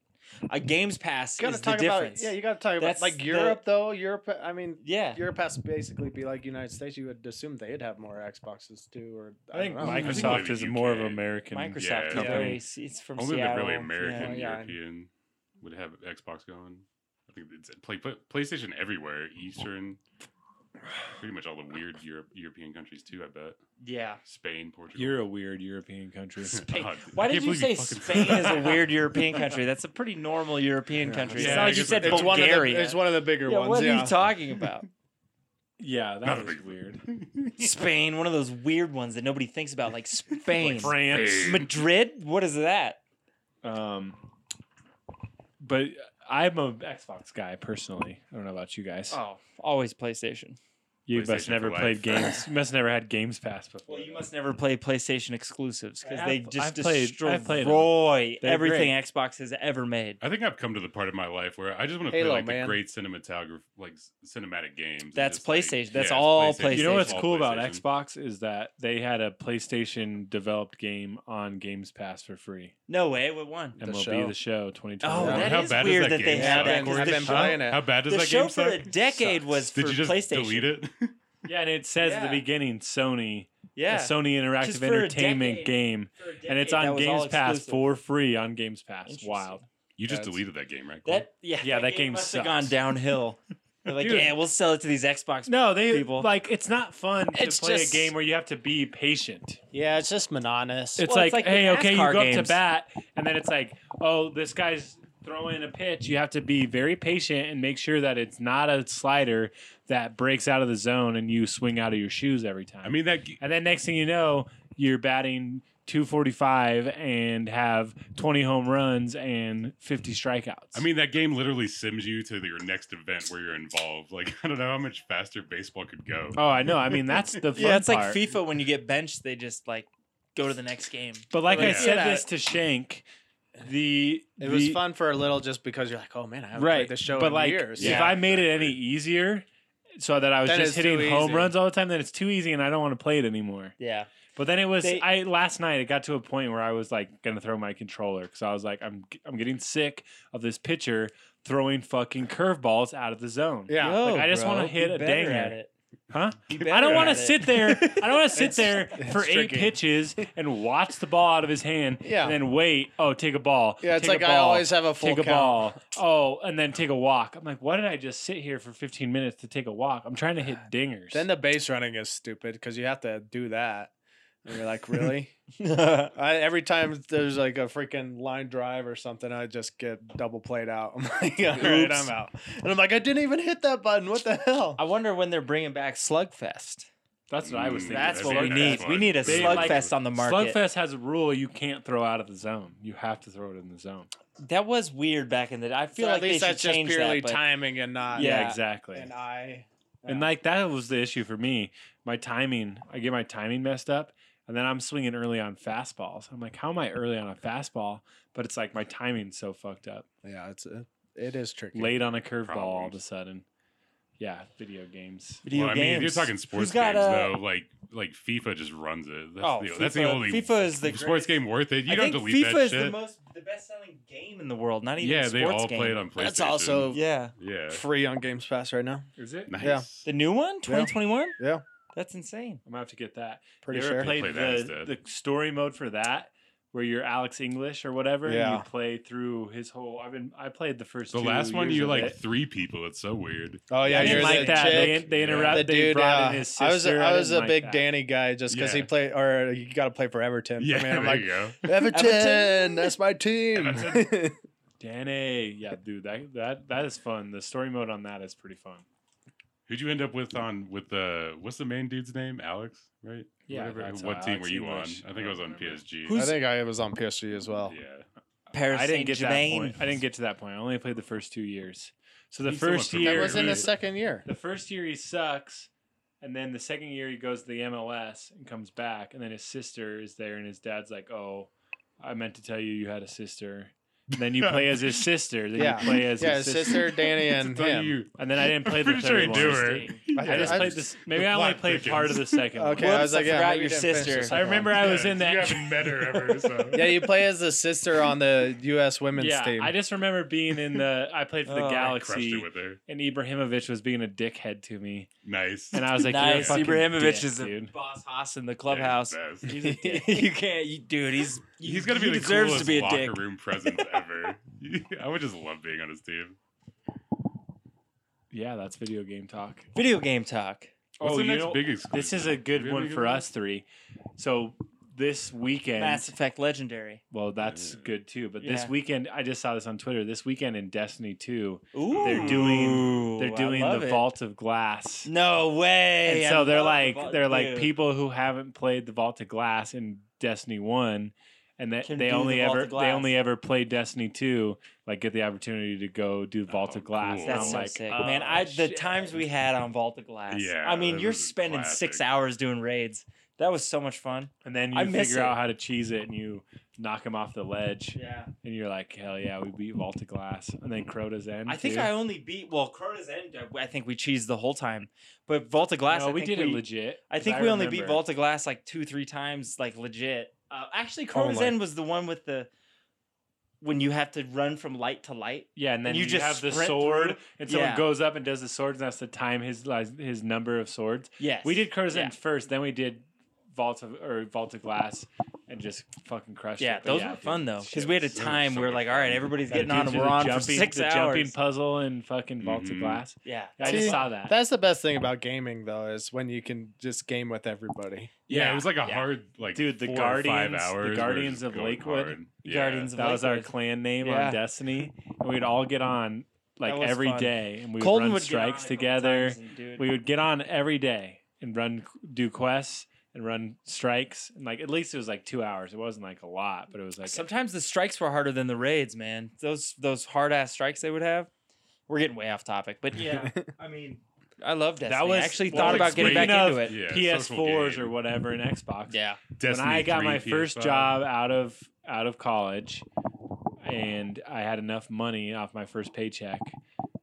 Speaker 2: A Games Pass
Speaker 3: Gotta
Speaker 2: is the
Speaker 3: talk about
Speaker 2: difference.
Speaker 3: yeah. You gotta talk
Speaker 2: That's
Speaker 3: about like
Speaker 2: the-
Speaker 3: Europe though. Europe, I mean,
Speaker 2: yeah.
Speaker 3: Europe has to basically be like United States. You would assume they'd have more Xboxes too, or
Speaker 7: I think
Speaker 3: don't know.
Speaker 6: Oh, think
Speaker 7: Microsoft
Speaker 6: maybe
Speaker 7: is
Speaker 6: UK.
Speaker 7: more of American.
Speaker 2: Microsoft
Speaker 6: Yeah,
Speaker 2: is
Speaker 7: company.
Speaker 2: very. s- It's from
Speaker 6: Only
Speaker 2: Seattle.
Speaker 6: the really
Speaker 2: yeah.
Speaker 6: American
Speaker 3: yeah.
Speaker 6: European would have Xbox going. I think it's play, play, PlayStation everywhere, Eastern, Pretty much all the weird Europe, European countries too. I bet
Speaker 2: Yeah.
Speaker 6: Spain, Portugal.
Speaker 7: You're a weird European country.
Speaker 2: Spain.
Speaker 6: God, I
Speaker 2: Why did
Speaker 6: can't
Speaker 2: you
Speaker 6: believe
Speaker 2: say
Speaker 6: fucking-
Speaker 2: Spain is a weird European country? That's a pretty normal European country.
Speaker 6: Yeah,
Speaker 2: it's not
Speaker 6: I
Speaker 2: like you
Speaker 6: guess
Speaker 2: said
Speaker 6: it's
Speaker 3: one of the,
Speaker 2: Bulgaria.
Speaker 3: it's one of the bigger
Speaker 2: yeah,
Speaker 3: ones.
Speaker 2: what
Speaker 3: yeah.
Speaker 2: are you talking about?
Speaker 7: Yeah,
Speaker 6: Not a
Speaker 7: that was
Speaker 6: big-
Speaker 7: weird.
Speaker 2: Spain, one of those weird ones that nobody thinks about, like Spain.
Speaker 6: Spain.
Speaker 2: Madrid? What is that?
Speaker 7: Um, but I'm a Xbox guy personally. I don't know about you guys.
Speaker 2: Oh, always PlayStation.
Speaker 7: you
Speaker 6: PlayStation
Speaker 7: must
Speaker 6: for
Speaker 7: never
Speaker 6: life.
Speaker 7: played games. you must never had Games Pass before.
Speaker 2: Well, you must never play PlayStation exclusives because
Speaker 7: I've-
Speaker 2: they just
Speaker 7: I've played-
Speaker 2: destroy
Speaker 7: I've played them. They're
Speaker 2: everything Xbox has ever made.
Speaker 6: I think I've come to the part of my life where I just want to play
Speaker 3: Halo,
Speaker 6: like
Speaker 3: man.
Speaker 6: the great cinematograph, like s- cinematic games. and
Speaker 2: That's
Speaker 6: just, like-
Speaker 2: PlayStation. That's
Speaker 6: it's
Speaker 2: all
Speaker 7: You know what's
Speaker 2: PlayStation.
Speaker 7: cool about
Speaker 6: PlayStation.
Speaker 7: Xbox is that they had a PlayStation developed game on Games Pass for free.
Speaker 2: No way, what one?
Speaker 7: MLB
Speaker 3: show.
Speaker 7: the Show
Speaker 2: Oh,
Speaker 7: 2020.
Speaker 3: Yeah.
Speaker 2: that
Speaker 6: How
Speaker 2: is
Speaker 6: bad is
Speaker 2: weird
Speaker 6: that
Speaker 2: that, they had
Speaker 6: game?
Speaker 3: Yeah,
Speaker 2: that.
Speaker 3: I've been-
Speaker 2: because
Speaker 3: I've
Speaker 2: the
Speaker 3: been
Speaker 2: show-
Speaker 3: playing it.
Speaker 6: How bad does
Speaker 2: the
Speaker 6: that
Speaker 2: show
Speaker 6: game
Speaker 2: for
Speaker 6: suck?
Speaker 2: the decade was for
Speaker 6: Did you just
Speaker 2: PlayStation.
Speaker 6: delete it?
Speaker 7: Yeah, and it says at the
Speaker 2: Yeah.
Speaker 7: beginning Sony, a
Speaker 2: Yeah.
Speaker 7: Sony
Speaker 2: Just
Speaker 7: Interactive
Speaker 2: for a
Speaker 7: Entertainment
Speaker 2: decade.
Speaker 7: game,
Speaker 2: For a
Speaker 7: and it's
Speaker 2: decade, that
Speaker 7: on
Speaker 2: was
Speaker 7: Games
Speaker 2: all
Speaker 7: Pass
Speaker 2: exclusive.
Speaker 7: for free on Games Pass.
Speaker 2: Interesting.
Speaker 7: Wow.
Speaker 6: You just
Speaker 3: That's-
Speaker 6: deleted that game, right? Cole?
Speaker 2: That yeah,
Speaker 7: Yeah, that game
Speaker 2: must have
Speaker 7: sucks.
Speaker 2: gone downhill. They're like,
Speaker 7: Dude.
Speaker 2: yeah, we'll sell it to these Xbox.
Speaker 7: No, they
Speaker 2: People.
Speaker 7: like it's not fun to
Speaker 3: It's
Speaker 7: play
Speaker 3: just-
Speaker 7: a game where you have to be patient.
Speaker 3: Yeah, it's just monotonous.
Speaker 7: It's
Speaker 2: Well,
Speaker 7: like,
Speaker 2: it's like the
Speaker 7: hey, okay, you
Speaker 2: NASCAR
Speaker 7: go up
Speaker 2: games.
Speaker 7: to bat, and then it's like, oh, this guy's throwing a pitch. You have to be very patient and make sure that it's not a slider that breaks out of the zone and you swing out of your shoes every time.
Speaker 6: I mean, that g-
Speaker 7: and then next thing you know, you're batting 245 and have 20 home runs and 50 strikeouts.
Speaker 6: I mean, that game literally sims you to your next event where you're involved. Like, I don't know how much faster baseball could go.
Speaker 7: oh, I know. I mean, that's the fun
Speaker 2: yeah, it's
Speaker 7: part.
Speaker 2: like FIFA when you get benched, they just like go to the next game.
Speaker 7: But like I
Speaker 6: Yeah.
Speaker 7: said
Speaker 3: Yeah.
Speaker 7: this to Shank, the
Speaker 3: It was
Speaker 7: the-
Speaker 3: fun for a little just because you're like, oh man, I haven't
Speaker 7: right?
Speaker 3: played this show
Speaker 7: but
Speaker 3: in
Speaker 7: like,
Speaker 3: years.
Speaker 7: if
Speaker 6: Yeah.
Speaker 7: I made it any easier, so that I was
Speaker 3: Then
Speaker 7: just
Speaker 3: it's too
Speaker 7: hitting home
Speaker 3: easy.
Speaker 7: runs all the time, then it's too easy, and I don't want to play it anymore.
Speaker 2: Yeah,
Speaker 7: But then it was
Speaker 2: They-
Speaker 7: I last night. It got to a point where I was like gonna throw my controller because I was like, I'm I'm getting sick of this pitcher throwing fucking curveballs out of the zone.
Speaker 3: Yeah.
Speaker 7: Like, I just wanna hit a
Speaker 2: better
Speaker 7: danger.
Speaker 2: at it.
Speaker 7: Huh?
Speaker 2: Be
Speaker 7: I
Speaker 2: better
Speaker 7: don't want to
Speaker 2: at it.
Speaker 7: sit there. I don't want to sit there for
Speaker 3: it's
Speaker 7: eight
Speaker 3: tricky.
Speaker 7: pitches and watch the ball out of his hand.
Speaker 3: Yeah.
Speaker 7: And then wait. Oh, take a ball.
Speaker 3: Yeah, it's
Speaker 7: Take a
Speaker 3: like I
Speaker 7: ball.
Speaker 3: always have a full
Speaker 7: take a
Speaker 3: count.
Speaker 7: ball. Oh, and then take a walk. I'm like, why did I just sit here for 15 minutes to take a walk? I'm trying to hit dingers.
Speaker 3: Then the base running is stupid because you have to do that. And you're like, really? I, every time there's like a freaking line drive or something, I just get double played out. I'm like, all right,
Speaker 2: Oops.
Speaker 3: I'm out. And I'm like, I didn't even hit that button. What the hell?
Speaker 2: I wonder when they're bringing back Slugfest.
Speaker 7: that's what I was
Speaker 6: Mm,
Speaker 7: thinking.
Speaker 2: That's
Speaker 6: that'd
Speaker 2: what we
Speaker 6: be a
Speaker 2: need.
Speaker 6: nice
Speaker 2: We
Speaker 6: one.
Speaker 2: need a
Speaker 7: They like-
Speaker 2: Slugfest on the market.
Speaker 7: Slugfest has a rule you can't throw out of the zone. You have to throw it in the zone.
Speaker 2: That was weird back in the day. I feel
Speaker 3: So
Speaker 2: like
Speaker 3: at least
Speaker 2: they should
Speaker 3: that's just
Speaker 2: change
Speaker 3: purely
Speaker 2: that. but-
Speaker 3: timing and not
Speaker 2: Yeah.
Speaker 7: exactly.
Speaker 3: an eye.
Speaker 7: And like that was the issue for me. My timing, I get my timing messed up, and then I'm swinging early on fastballs. I'm like, how am I early on a fastball? But it's like my timing's so fucked up.
Speaker 3: yeah, it's a, it is tricky.
Speaker 7: Late on a curveball all of a
Speaker 6: Problems.
Speaker 7: sudden. Yeah, video games.
Speaker 2: Video
Speaker 6: well, I mean, if
Speaker 2: games.
Speaker 6: you're talking sports
Speaker 2: Who's got,
Speaker 6: games,
Speaker 2: uh,
Speaker 6: though, like like FIFA just runs it. That's,
Speaker 2: Oh,
Speaker 6: the, that's the
Speaker 2: FIFA
Speaker 6: only
Speaker 2: FIFA is the
Speaker 6: sports
Speaker 2: greatest-
Speaker 6: game worth it. You
Speaker 2: I
Speaker 6: don't
Speaker 2: think
Speaker 6: delete
Speaker 2: FIFA
Speaker 6: that
Speaker 2: is
Speaker 6: shit.
Speaker 2: the most, the best-selling game in the world. Not even
Speaker 6: yeah,
Speaker 2: a
Speaker 6: they
Speaker 2: sports
Speaker 6: all
Speaker 2: game.
Speaker 6: play it on PlayStation.
Speaker 3: That's also
Speaker 2: Yeah,
Speaker 6: yeah,
Speaker 3: free on Games Pass right now.
Speaker 7: Is it?
Speaker 6: nice.
Speaker 3: yeah.
Speaker 2: the new one, 2021.
Speaker 3: Yeah.
Speaker 2: That's insane.
Speaker 7: I'm gonna have to get that.
Speaker 3: Pretty
Speaker 7: you
Speaker 3: sure.
Speaker 7: ever played
Speaker 6: Play that
Speaker 7: the, the story mode for that, where you're Alex English or whatever, and
Speaker 3: Yeah.
Speaker 7: you play through his whole. I've been I played the first.
Speaker 6: The
Speaker 7: two
Speaker 6: last one,
Speaker 7: years
Speaker 6: you
Speaker 7: of
Speaker 6: like
Speaker 7: it.
Speaker 6: three people. It's so weird.
Speaker 3: Oh yeah,
Speaker 7: I
Speaker 3: you're
Speaker 7: didn't like
Speaker 3: the
Speaker 7: that. They,
Speaker 3: Chick.
Speaker 7: they
Speaker 6: Yeah.
Speaker 7: interrupt.
Speaker 3: the
Speaker 7: they
Speaker 3: dude,
Speaker 7: brought
Speaker 3: yeah.
Speaker 7: in his sister.
Speaker 3: I was a, I was
Speaker 7: didn't
Speaker 3: a
Speaker 7: like
Speaker 3: big
Speaker 7: that.
Speaker 3: Danny guy just because he
Speaker 6: Yeah.
Speaker 3: played, or you got to play for Everton.
Speaker 6: Yeah,
Speaker 3: I mean, I'm
Speaker 6: there
Speaker 3: like
Speaker 6: you go.
Speaker 3: Everton, that's my team.
Speaker 7: Danny, yeah, dude, that that that is fun. The story mode on that is pretty fun.
Speaker 6: Who'd you end up with on with the what's the main dude's name? Alex, right?
Speaker 7: Yeah,
Speaker 6: Whatever.
Speaker 7: that's
Speaker 6: What
Speaker 7: how
Speaker 6: team
Speaker 7: Alex
Speaker 6: were you
Speaker 7: English-
Speaker 6: on? I think I was on
Speaker 7: remember.
Speaker 6: PSG.
Speaker 2: Who's-
Speaker 3: I think I was on PSG as well.
Speaker 6: yeah.
Speaker 2: Paris
Speaker 7: I didn't get that
Speaker 2: Saint-Germain.
Speaker 7: point. I didn't get to that point. I only played the first two years. So the
Speaker 6: He's somewhat
Speaker 7: first
Speaker 6: familiar
Speaker 7: year
Speaker 3: That was in the
Speaker 6: Really?
Speaker 3: second year.
Speaker 7: The first year he sucks, and then the second year he goes to the MLS and comes back, and then his sister is there, and his dad's like, "Oh, I meant to tell you you had a sister." And then you play as his sister. Then
Speaker 3: Yeah,
Speaker 7: you play as
Speaker 3: yeah,
Speaker 7: his
Speaker 3: his
Speaker 7: sister.
Speaker 3: sister Danny and
Speaker 6: It's on
Speaker 3: him.
Speaker 6: you.
Speaker 7: And then I didn't play
Speaker 6: I'm
Speaker 7: the
Speaker 6: pretty sure
Speaker 7: third
Speaker 6: he knew
Speaker 7: one.
Speaker 6: her.
Speaker 7: I just
Speaker 3: I-
Speaker 7: played this. Maybe
Speaker 6: The
Speaker 7: I only
Speaker 6: plot
Speaker 7: played
Speaker 6: thickens.
Speaker 7: part of the second
Speaker 3: Okay,
Speaker 7: one.
Speaker 3: I
Speaker 2: Whoops,
Speaker 3: was
Speaker 2: I
Speaker 3: like, yeah,
Speaker 2: forgot
Speaker 3: we
Speaker 2: your
Speaker 3: didn't finish the
Speaker 2: sister.
Speaker 7: I
Speaker 3: second
Speaker 7: remember
Speaker 3: one.
Speaker 7: I was
Speaker 6: Yeah,
Speaker 7: in
Speaker 6: You
Speaker 7: that.
Speaker 6: haven't met her ever. So.
Speaker 3: Yeah, you play as the sister on the U.S. women's
Speaker 7: Yeah,
Speaker 3: team.
Speaker 7: I just remember being in the. I played for the
Speaker 2: Oh, I
Speaker 6: I crushed
Speaker 7: Galaxy,
Speaker 6: it with her.
Speaker 7: and Ibrahimovic was being a dickhead to me,
Speaker 6: Nice.
Speaker 7: and I was like, "You're a
Speaker 2: nice.
Speaker 7: fucking
Speaker 2: Ibrahimovic
Speaker 7: dick,
Speaker 2: is a
Speaker 7: dude."
Speaker 2: boss hoss in the
Speaker 6: Yeah, he's
Speaker 2: clubhouse.
Speaker 6: the best.
Speaker 7: He's a dick.
Speaker 2: you can't, you, dude. He's
Speaker 6: He's gonna be
Speaker 2: he
Speaker 6: the
Speaker 2: deserves
Speaker 6: coolest
Speaker 2: to be a
Speaker 6: locker
Speaker 2: dick.
Speaker 6: room presence ever. I would just love being on his team.
Speaker 7: yeah, that's video game talk.
Speaker 2: Video game talk.
Speaker 6: What's
Speaker 7: oh,
Speaker 6: the
Speaker 7: you
Speaker 6: next
Speaker 7: know,
Speaker 6: big exclusive?
Speaker 7: this is a
Speaker 6: Do
Speaker 7: good
Speaker 6: we have
Speaker 7: one
Speaker 6: any
Speaker 7: for us three. So this weekend,
Speaker 2: Mass Effect Legendary.
Speaker 7: well, that's
Speaker 6: Yeah.
Speaker 7: good too. But
Speaker 2: Yeah.
Speaker 7: this weekend, I just saw this on Twitter. This weekend in Destiny Two,
Speaker 2: Ooh,
Speaker 7: They're doing- they're
Speaker 2: I
Speaker 7: doing
Speaker 2: love
Speaker 7: the
Speaker 2: it.
Speaker 7: Vault of Glass.
Speaker 2: No way.
Speaker 7: and
Speaker 2: I
Speaker 7: so they're
Speaker 2: love the
Speaker 7: like
Speaker 2: vault-
Speaker 7: they're like
Speaker 2: dude.
Speaker 7: people who haven't played the Vault of Glass in Destiny One, and that
Speaker 2: Can
Speaker 7: they
Speaker 2: do
Speaker 7: only
Speaker 2: the Vault
Speaker 7: ever
Speaker 2: of
Speaker 7: they
Speaker 2: Glass.
Speaker 7: only ever played Destiny Two, like get the opportunity to go do Vault
Speaker 6: Oh,
Speaker 7: of Glass.
Speaker 6: cool.
Speaker 7: And
Speaker 2: That's
Speaker 7: I'm
Speaker 2: so
Speaker 7: like,
Speaker 2: sick,
Speaker 7: oh,
Speaker 2: man. I the
Speaker 7: shit.
Speaker 2: times we had on Vault of Glass.
Speaker 6: Yeah,
Speaker 2: I mean,
Speaker 6: that
Speaker 2: you're
Speaker 6: was
Speaker 2: spending six
Speaker 6: classic.
Speaker 2: hours doing raids. That was so much fun.
Speaker 7: and then you
Speaker 2: I miss
Speaker 7: figure
Speaker 2: it.
Speaker 7: out how to cheese it, and you knock him off the ledge,
Speaker 2: Yeah.
Speaker 7: and you're like, hell yeah, we beat Vault of Glass, and then Crota's End.
Speaker 2: I think
Speaker 7: too.
Speaker 2: I only beat well Crota's End. I- I think we cheesed the whole time, but Vault of Glass.
Speaker 7: No,
Speaker 2: I
Speaker 7: we
Speaker 2: think
Speaker 7: did it legit.
Speaker 2: I
Speaker 7: 'cause
Speaker 2: think we only beat
Speaker 7: remember.
Speaker 2: Vault of Glass like two, three times, like legit. Uh, actually, Crota's
Speaker 7: Oh my-
Speaker 2: End was the one with the when you have to run from light to light.
Speaker 7: Yeah, and then
Speaker 2: you
Speaker 7: you,
Speaker 2: just
Speaker 7: have the
Speaker 2: sprint
Speaker 7: sword,
Speaker 2: through.
Speaker 7: and someone
Speaker 2: Yeah.
Speaker 7: goes up and does the swords, and that's the time his like, his number of swords.
Speaker 2: Yes,
Speaker 7: We did Crota's
Speaker 2: Yeah.
Speaker 7: End first, then we did Vault of or Vault of Glass, and just fucking crushed
Speaker 2: Yeah,
Speaker 7: it. But
Speaker 2: those
Speaker 7: yeah,
Speaker 2: were
Speaker 7: dude,
Speaker 2: fun though, because
Speaker 7: shit
Speaker 2: we had a
Speaker 7: was-
Speaker 2: time
Speaker 6: so
Speaker 2: we were
Speaker 6: much
Speaker 2: like, all
Speaker 6: fun.
Speaker 2: right, everybody's
Speaker 7: Gotta
Speaker 2: getting
Speaker 7: do
Speaker 2: on, and
Speaker 7: through
Speaker 2: we're
Speaker 7: the
Speaker 2: on for
Speaker 7: jumping-
Speaker 2: six
Speaker 7: the
Speaker 2: hours. Mm.
Speaker 7: jumping puzzle and fucking Vault of
Speaker 6: Mhm.
Speaker 7: Glass.
Speaker 2: Yeah,
Speaker 7: I just
Speaker 3: See,
Speaker 7: saw that.
Speaker 3: That's the best thing about gaming, though, is when you can just game with everybody.
Speaker 6: Yeah, it was like a
Speaker 7: yeah.
Speaker 6: hard like
Speaker 7: Dude, the
Speaker 6: four or five
Speaker 7: Guardians- the
Speaker 6: hours. where it's
Speaker 7: Guardians
Speaker 6: just
Speaker 7: of
Speaker 6: going
Speaker 7: Lakewood.
Speaker 6: hard. Yeah.
Speaker 2: Guardians of
Speaker 7: that was our
Speaker 2: Lakewood.
Speaker 7: clan name
Speaker 2: Yeah.
Speaker 7: on Destiny, and we'd all get on like
Speaker 2: That was
Speaker 7: every day,
Speaker 2: fun.
Speaker 7: and we would
Speaker 2: Colton
Speaker 7: run
Speaker 2: would get on
Speaker 7: strikes
Speaker 2: a couple
Speaker 7: together.
Speaker 2: times and do it.
Speaker 7: we would get on every day and run do quests and run strikes and like at least it was like two hours it wasn't like a lot but it was like
Speaker 2: Sometimes the strikes were harder than the raids, man. Those those hard ass strikes they would have. We're getting way off topic, but yeah, I mean, I love Destiny.
Speaker 7: was-
Speaker 2: I actually
Speaker 7: well,
Speaker 2: thought
Speaker 7: like,
Speaker 2: about getting back
Speaker 7: speaking
Speaker 2: into
Speaker 7: of-
Speaker 2: it.
Speaker 6: Yeah, social
Speaker 7: ps4s
Speaker 6: game.
Speaker 7: or whatever and xbox
Speaker 2: Yeah,
Speaker 7: when
Speaker 6: Destiny
Speaker 7: i got
Speaker 6: 3,
Speaker 7: my first
Speaker 6: PS5.
Speaker 7: job out of out of college and i had enough money off my first paycheck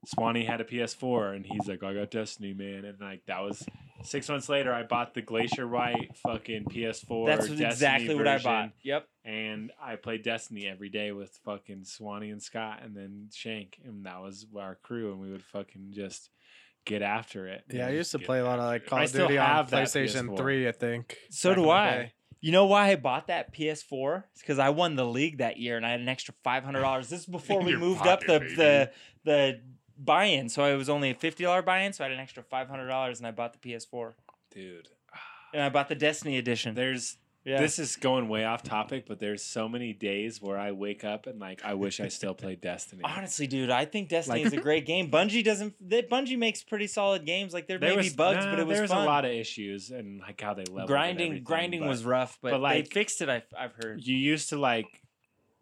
Speaker 7: swanee had a ps4 and he's like i got destiny man and like that was six months later i bought the glacier white fucking ps4
Speaker 2: that's
Speaker 7: Destiny
Speaker 2: exactly what I
Speaker 7: version.
Speaker 2: bought. Yep.
Speaker 7: and I played Destiny every day with fucking Swanee and Scott and then Shank, and that was our crew, and we would fucking just get after it.
Speaker 3: Yeah, I used to
Speaker 6: get
Speaker 3: play a lot
Speaker 6: that
Speaker 3: of like
Speaker 6: shit.
Speaker 3: Call
Speaker 7: I
Speaker 3: of
Speaker 7: still
Speaker 3: Duty on
Speaker 7: have that
Speaker 3: PlayStation
Speaker 7: PS4.
Speaker 3: 3, I think.
Speaker 2: So
Speaker 3: back in
Speaker 2: do
Speaker 3: the
Speaker 2: I.
Speaker 3: day.
Speaker 2: You know why I bought that PS4? It's because I won the league that year and I had an extra five hundred dollars. This is before we
Speaker 6: Your
Speaker 2: moved
Speaker 6: pocket,
Speaker 2: up the
Speaker 6: baby.
Speaker 2: the the buy-in. So it was only a fifty dollar buy-in, so I had an extra five hundred dollars and I bought the PS4
Speaker 7: dude.
Speaker 2: and I bought the Destiny edition.
Speaker 7: There's
Speaker 2: yeah.
Speaker 7: this is going way off topic, but there's so many days where I wake up and like I wish I still played Destiny.
Speaker 2: Honestly, dude, I think Destiny
Speaker 7: Like-
Speaker 2: is a great game. Bungie doesn't. They, Bungie makes pretty solid games. Like there, may be bugs, but
Speaker 7: nah,
Speaker 2: it was,
Speaker 7: there was
Speaker 2: fun.
Speaker 7: a lot of issues and like how they leveled. and
Speaker 2: grinding.
Speaker 7: everything,
Speaker 2: Grinding
Speaker 7: but-
Speaker 2: was rough, but,
Speaker 7: but, like,
Speaker 2: they fixed it. I've, I've heard.
Speaker 7: you used to like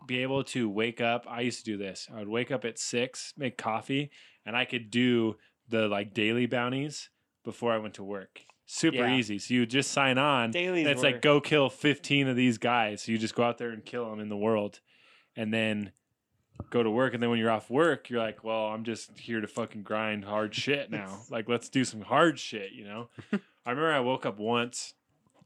Speaker 7: be able to wake up. I used to do this. I would wake up at six, make coffee, and I could do the like daily bounties before I went to work. Super
Speaker 2: Yeah.
Speaker 7: easy. So you just sign on.
Speaker 2: Dailies
Speaker 7: and it's
Speaker 2: were-
Speaker 7: like go kill fifteen of these guys. So you just go out there and kill them in the world, and then go to work. And then when you're off work, you're like, well, I'm just here to fucking grind hard shit now. like let's do some hard shit, you know. I remember I woke up once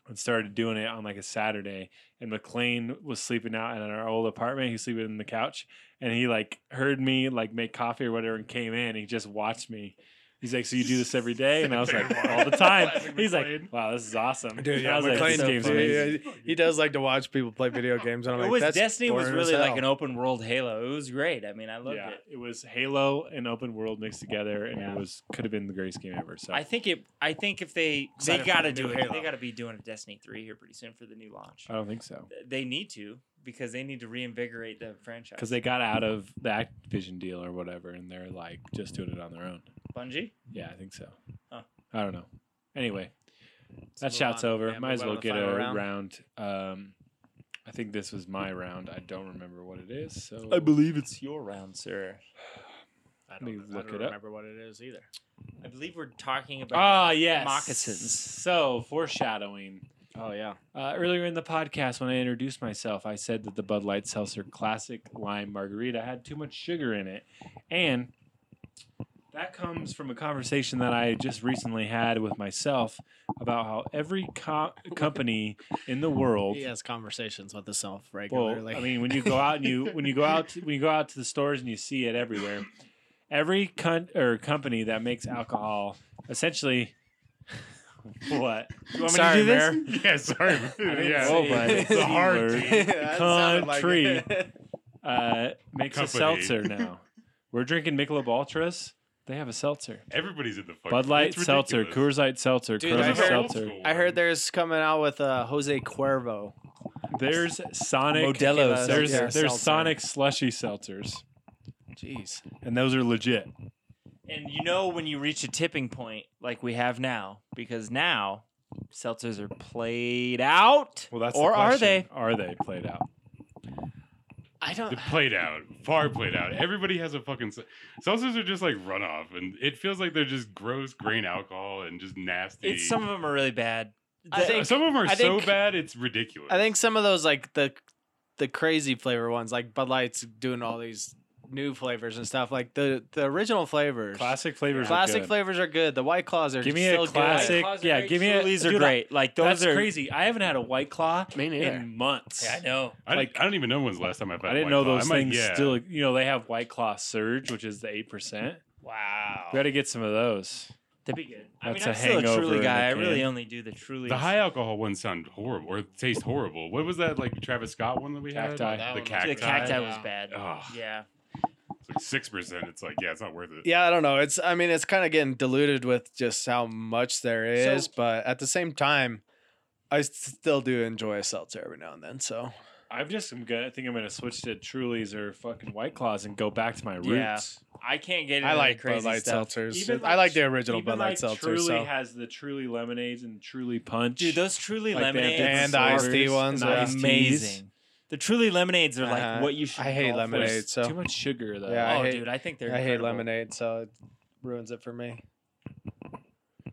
Speaker 7: and started doing it on like a Saturday, and McLean was sleeping out in our old apartment. He was sleeping on the couch, and he like heard me like make coffee or whatever, and came in. And he just watched me. He's like, "So you do this every day?" And I was like, "All the time."
Speaker 6: Classic
Speaker 7: He's like,
Speaker 6: McLean.
Speaker 7: "Wow, this is awesome."
Speaker 3: Dude,
Speaker 7: And I
Speaker 3: yeah,
Speaker 7: was like,
Speaker 3: McLean,
Speaker 7: "This game's
Speaker 3: dude,
Speaker 7: amazing."
Speaker 3: yeah, he does like to watch people play video games, and I'm
Speaker 2: it
Speaker 3: like,
Speaker 2: was
Speaker 3: That's
Speaker 2: Destiny was
Speaker 3: boring as
Speaker 2: really like
Speaker 3: hell."
Speaker 2: an open world Halo. It was great. I mean, I loved
Speaker 7: Yeah,
Speaker 2: it.
Speaker 7: it was Halo and open world mixed together, and it was could have been the greatest game ever. So
Speaker 2: I think it. I think if they they
Speaker 3: Excited for
Speaker 2: got to
Speaker 3: the
Speaker 2: do
Speaker 3: new
Speaker 2: it.
Speaker 3: Halo.
Speaker 2: They got to be doing a Destiny three here pretty soon for the new launch.
Speaker 7: I don't think so
Speaker 2: they need to because they need to reinvigorate the franchise.
Speaker 7: because they got out of the Activision deal or whatever, and they're like just doing it on their own.
Speaker 2: Bungie.
Speaker 7: Yeah, I think so.
Speaker 2: Huh.
Speaker 7: I don't know. Anyway, that
Speaker 3: move
Speaker 7: shout's
Speaker 3: on.
Speaker 7: over.
Speaker 3: Yeah,
Speaker 7: Might
Speaker 3: move
Speaker 7: as
Speaker 3: on
Speaker 7: well
Speaker 3: to the
Speaker 7: get a
Speaker 3: final
Speaker 7: round.
Speaker 3: round.
Speaker 7: Um, I think this was my round. I don't remember what it is. So
Speaker 2: believe it's your round, sir.
Speaker 3: I
Speaker 7: me
Speaker 3: don't, know- I
Speaker 7: look
Speaker 3: don't
Speaker 7: it up.
Speaker 3: remember what it is either.
Speaker 2: I believe we're talking about.
Speaker 7: Ah yes,
Speaker 2: Moccasins.
Speaker 7: So foreshadowing.
Speaker 3: Oh yeah,
Speaker 7: Uh, earlier in the podcast, when I introduced myself, I said that the Bud Light Seltzer Classic Lime Margarita had too much sugar in it, and that comes from a conversation that I just recently had with myself about how every co- company in the world
Speaker 3: he has conversations with himself
Speaker 7: well,
Speaker 3: regularly.
Speaker 7: I mean, when you go out and you when you go out to, when you go out to the stores and you see it everywhere, every con- or company that makes alcohol essentially what? You want
Speaker 2: Sorry, Mayor.
Speaker 7: Mayor?
Speaker 6: Yeah, sorry.
Speaker 7: didn't
Speaker 6: yeah, Oh,
Speaker 7: say it.
Speaker 6: the hard
Speaker 7: Word.
Speaker 6: tea.
Speaker 7: Country uh, makes a
Speaker 6: Company.
Speaker 7: seltzer now. We're drinking Michelob Ultras, They have a seltzer.
Speaker 6: Everybody's in the fucking
Speaker 7: Bud Light
Speaker 6: it's
Speaker 7: seltzer,
Speaker 6: ridiculous.
Speaker 7: Coors Light seltzer,
Speaker 3: Dude,
Speaker 7: Corona
Speaker 3: I heard-
Speaker 7: seltzer.
Speaker 3: I heard there's coming out with uh, Jose Cuervo.
Speaker 7: There's Sonic.
Speaker 3: Modelo
Speaker 7: There's
Speaker 3: seltzer.
Speaker 7: there's
Speaker 3: Seltzer.
Speaker 7: Sonic slushy seltzers,
Speaker 3: Jeez.
Speaker 7: and those are legit.
Speaker 2: And you know when you reach a tipping point like we have now, because now seltzers are played out.
Speaker 7: Well, that's
Speaker 2: or are they?
Speaker 7: Are they played out?
Speaker 3: I don't.
Speaker 6: The played out, far played out. Everybody has a fucking se- seltzers are just like runoff, and it feels like they're just gross grain alcohol and just nasty.
Speaker 2: It's some of them are really bad.
Speaker 3: I
Speaker 6: Uh,
Speaker 3: think
Speaker 6: some of them are
Speaker 3: I
Speaker 6: so
Speaker 3: think-
Speaker 6: bad it's ridiculous.
Speaker 3: I think some of those like the the crazy flavor ones, like Bud Light's doing all these new flavors and stuff. Like the the original flavors,
Speaker 7: Classic flavors.
Speaker 3: classic
Speaker 7: are good.
Speaker 3: flavors are good. The White Claws are
Speaker 7: Give me
Speaker 3: still
Speaker 7: a classic.
Speaker 2: White Claws are
Speaker 7: Yeah,
Speaker 2: great.
Speaker 7: give me a.
Speaker 2: These are
Speaker 7: dude,
Speaker 2: great. Like
Speaker 7: That's
Speaker 2: those are
Speaker 7: crazy. I haven't had a White Claw
Speaker 3: Me neither.
Speaker 7: in months.
Speaker 2: Yeah, I know.
Speaker 6: I,
Speaker 7: like-
Speaker 6: like, I don't even know when's the last time I've had
Speaker 7: I didn't
Speaker 6: White
Speaker 7: know
Speaker 6: Claw. I
Speaker 7: those
Speaker 6: might-
Speaker 7: things
Speaker 6: yeah.
Speaker 7: still. You know, they have White Claw Surge, which is the eight percent.
Speaker 2: Wow.
Speaker 7: We got to get some of those.
Speaker 2: That'd be good. I mean,
Speaker 7: That's
Speaker 2: I'm
Speaker 7: a
Speaker 2: still a
Speaker 7: hangover
Speaker 2: truly
Speaker 7: in a
Speaker 2: guy. I
Speaker 7: can.
Speaker 2: really only do the truly.
Speaker 6: The high alcohol ones sound horrible or taste horrible. What was that like Travis Scott one that we
Speaker 7: Cacti.
Speaker 6: had?
Speaker 7: That
Speaker 6: The
Speaker 3: one was-
Speaker 6: cacti.
Speaker 2: the cacti was
Speaker 3: Yeah.
Speaker 2: bad.
Speaker 6: Ugh,
Speaker 2: Yeah.
Speaker 6: it's like six percent. It's like yeah, it's not worth it.
Speaker 3: Yeah, I don't know. It's I mean, it's kind of getting diluted with just how much there is,
Speaker 2: So-
Speaker 3: but at the same time, I s- still do enjoy a seltzer every now and then. So
Speaker 7: I'm just. I'm gonna. I think I'm gonna switch to Trulies or fucking White Claws and go back to my roots.
Speaker 2: Yeah. I can't get into
Speaker 3: I like
Speaker 2: the crazy
Speaker 3: Bud Light
Speaker 2: stuff.
Speaker 3: seltzers.
Speaker 7: Even
Speaker 3: I like
Speaker 7: like-
Speaker 3: the original
Speaker 7: Even
Speaker 3: Bud Light
Speaker 7: like
Speaker 3: seltzer.
Speaker 7: Truly
Speaker 3: So.
Speaker 7: has the Truly lemonades and Truly punch.
Speaker 2: Dude, those truly
Speaker 7: Like they have
Speaker 2: lemonades
Speaker 7: different
Speaker 3: And the iced tea
Speaker 7: flavors
Speaker 3: ones
Speaker 7: and
Speaker 3: are
Speaker 2: are
Speaker 7: iced teas.
Speaker 2: amazing. The truly lemonades are
Speaker 3: Uh-huh.
Speaker 2: like what you should.
Speaker 3: I hate
Speaker 2: call for.
Speaker 3: lemonade.
Speaker 7: There's
Speaker 3: so-
Speaker 7: too much sugar though.
Speaker 3: Yeah, I
Speaker 2: oh,
Speaker 3: hate-
Speaker 2: dude, I think they're.
Speaker 3: I hate
Speaker 2: incredible.
Speaker 3: lemonade, so it ruins it for me.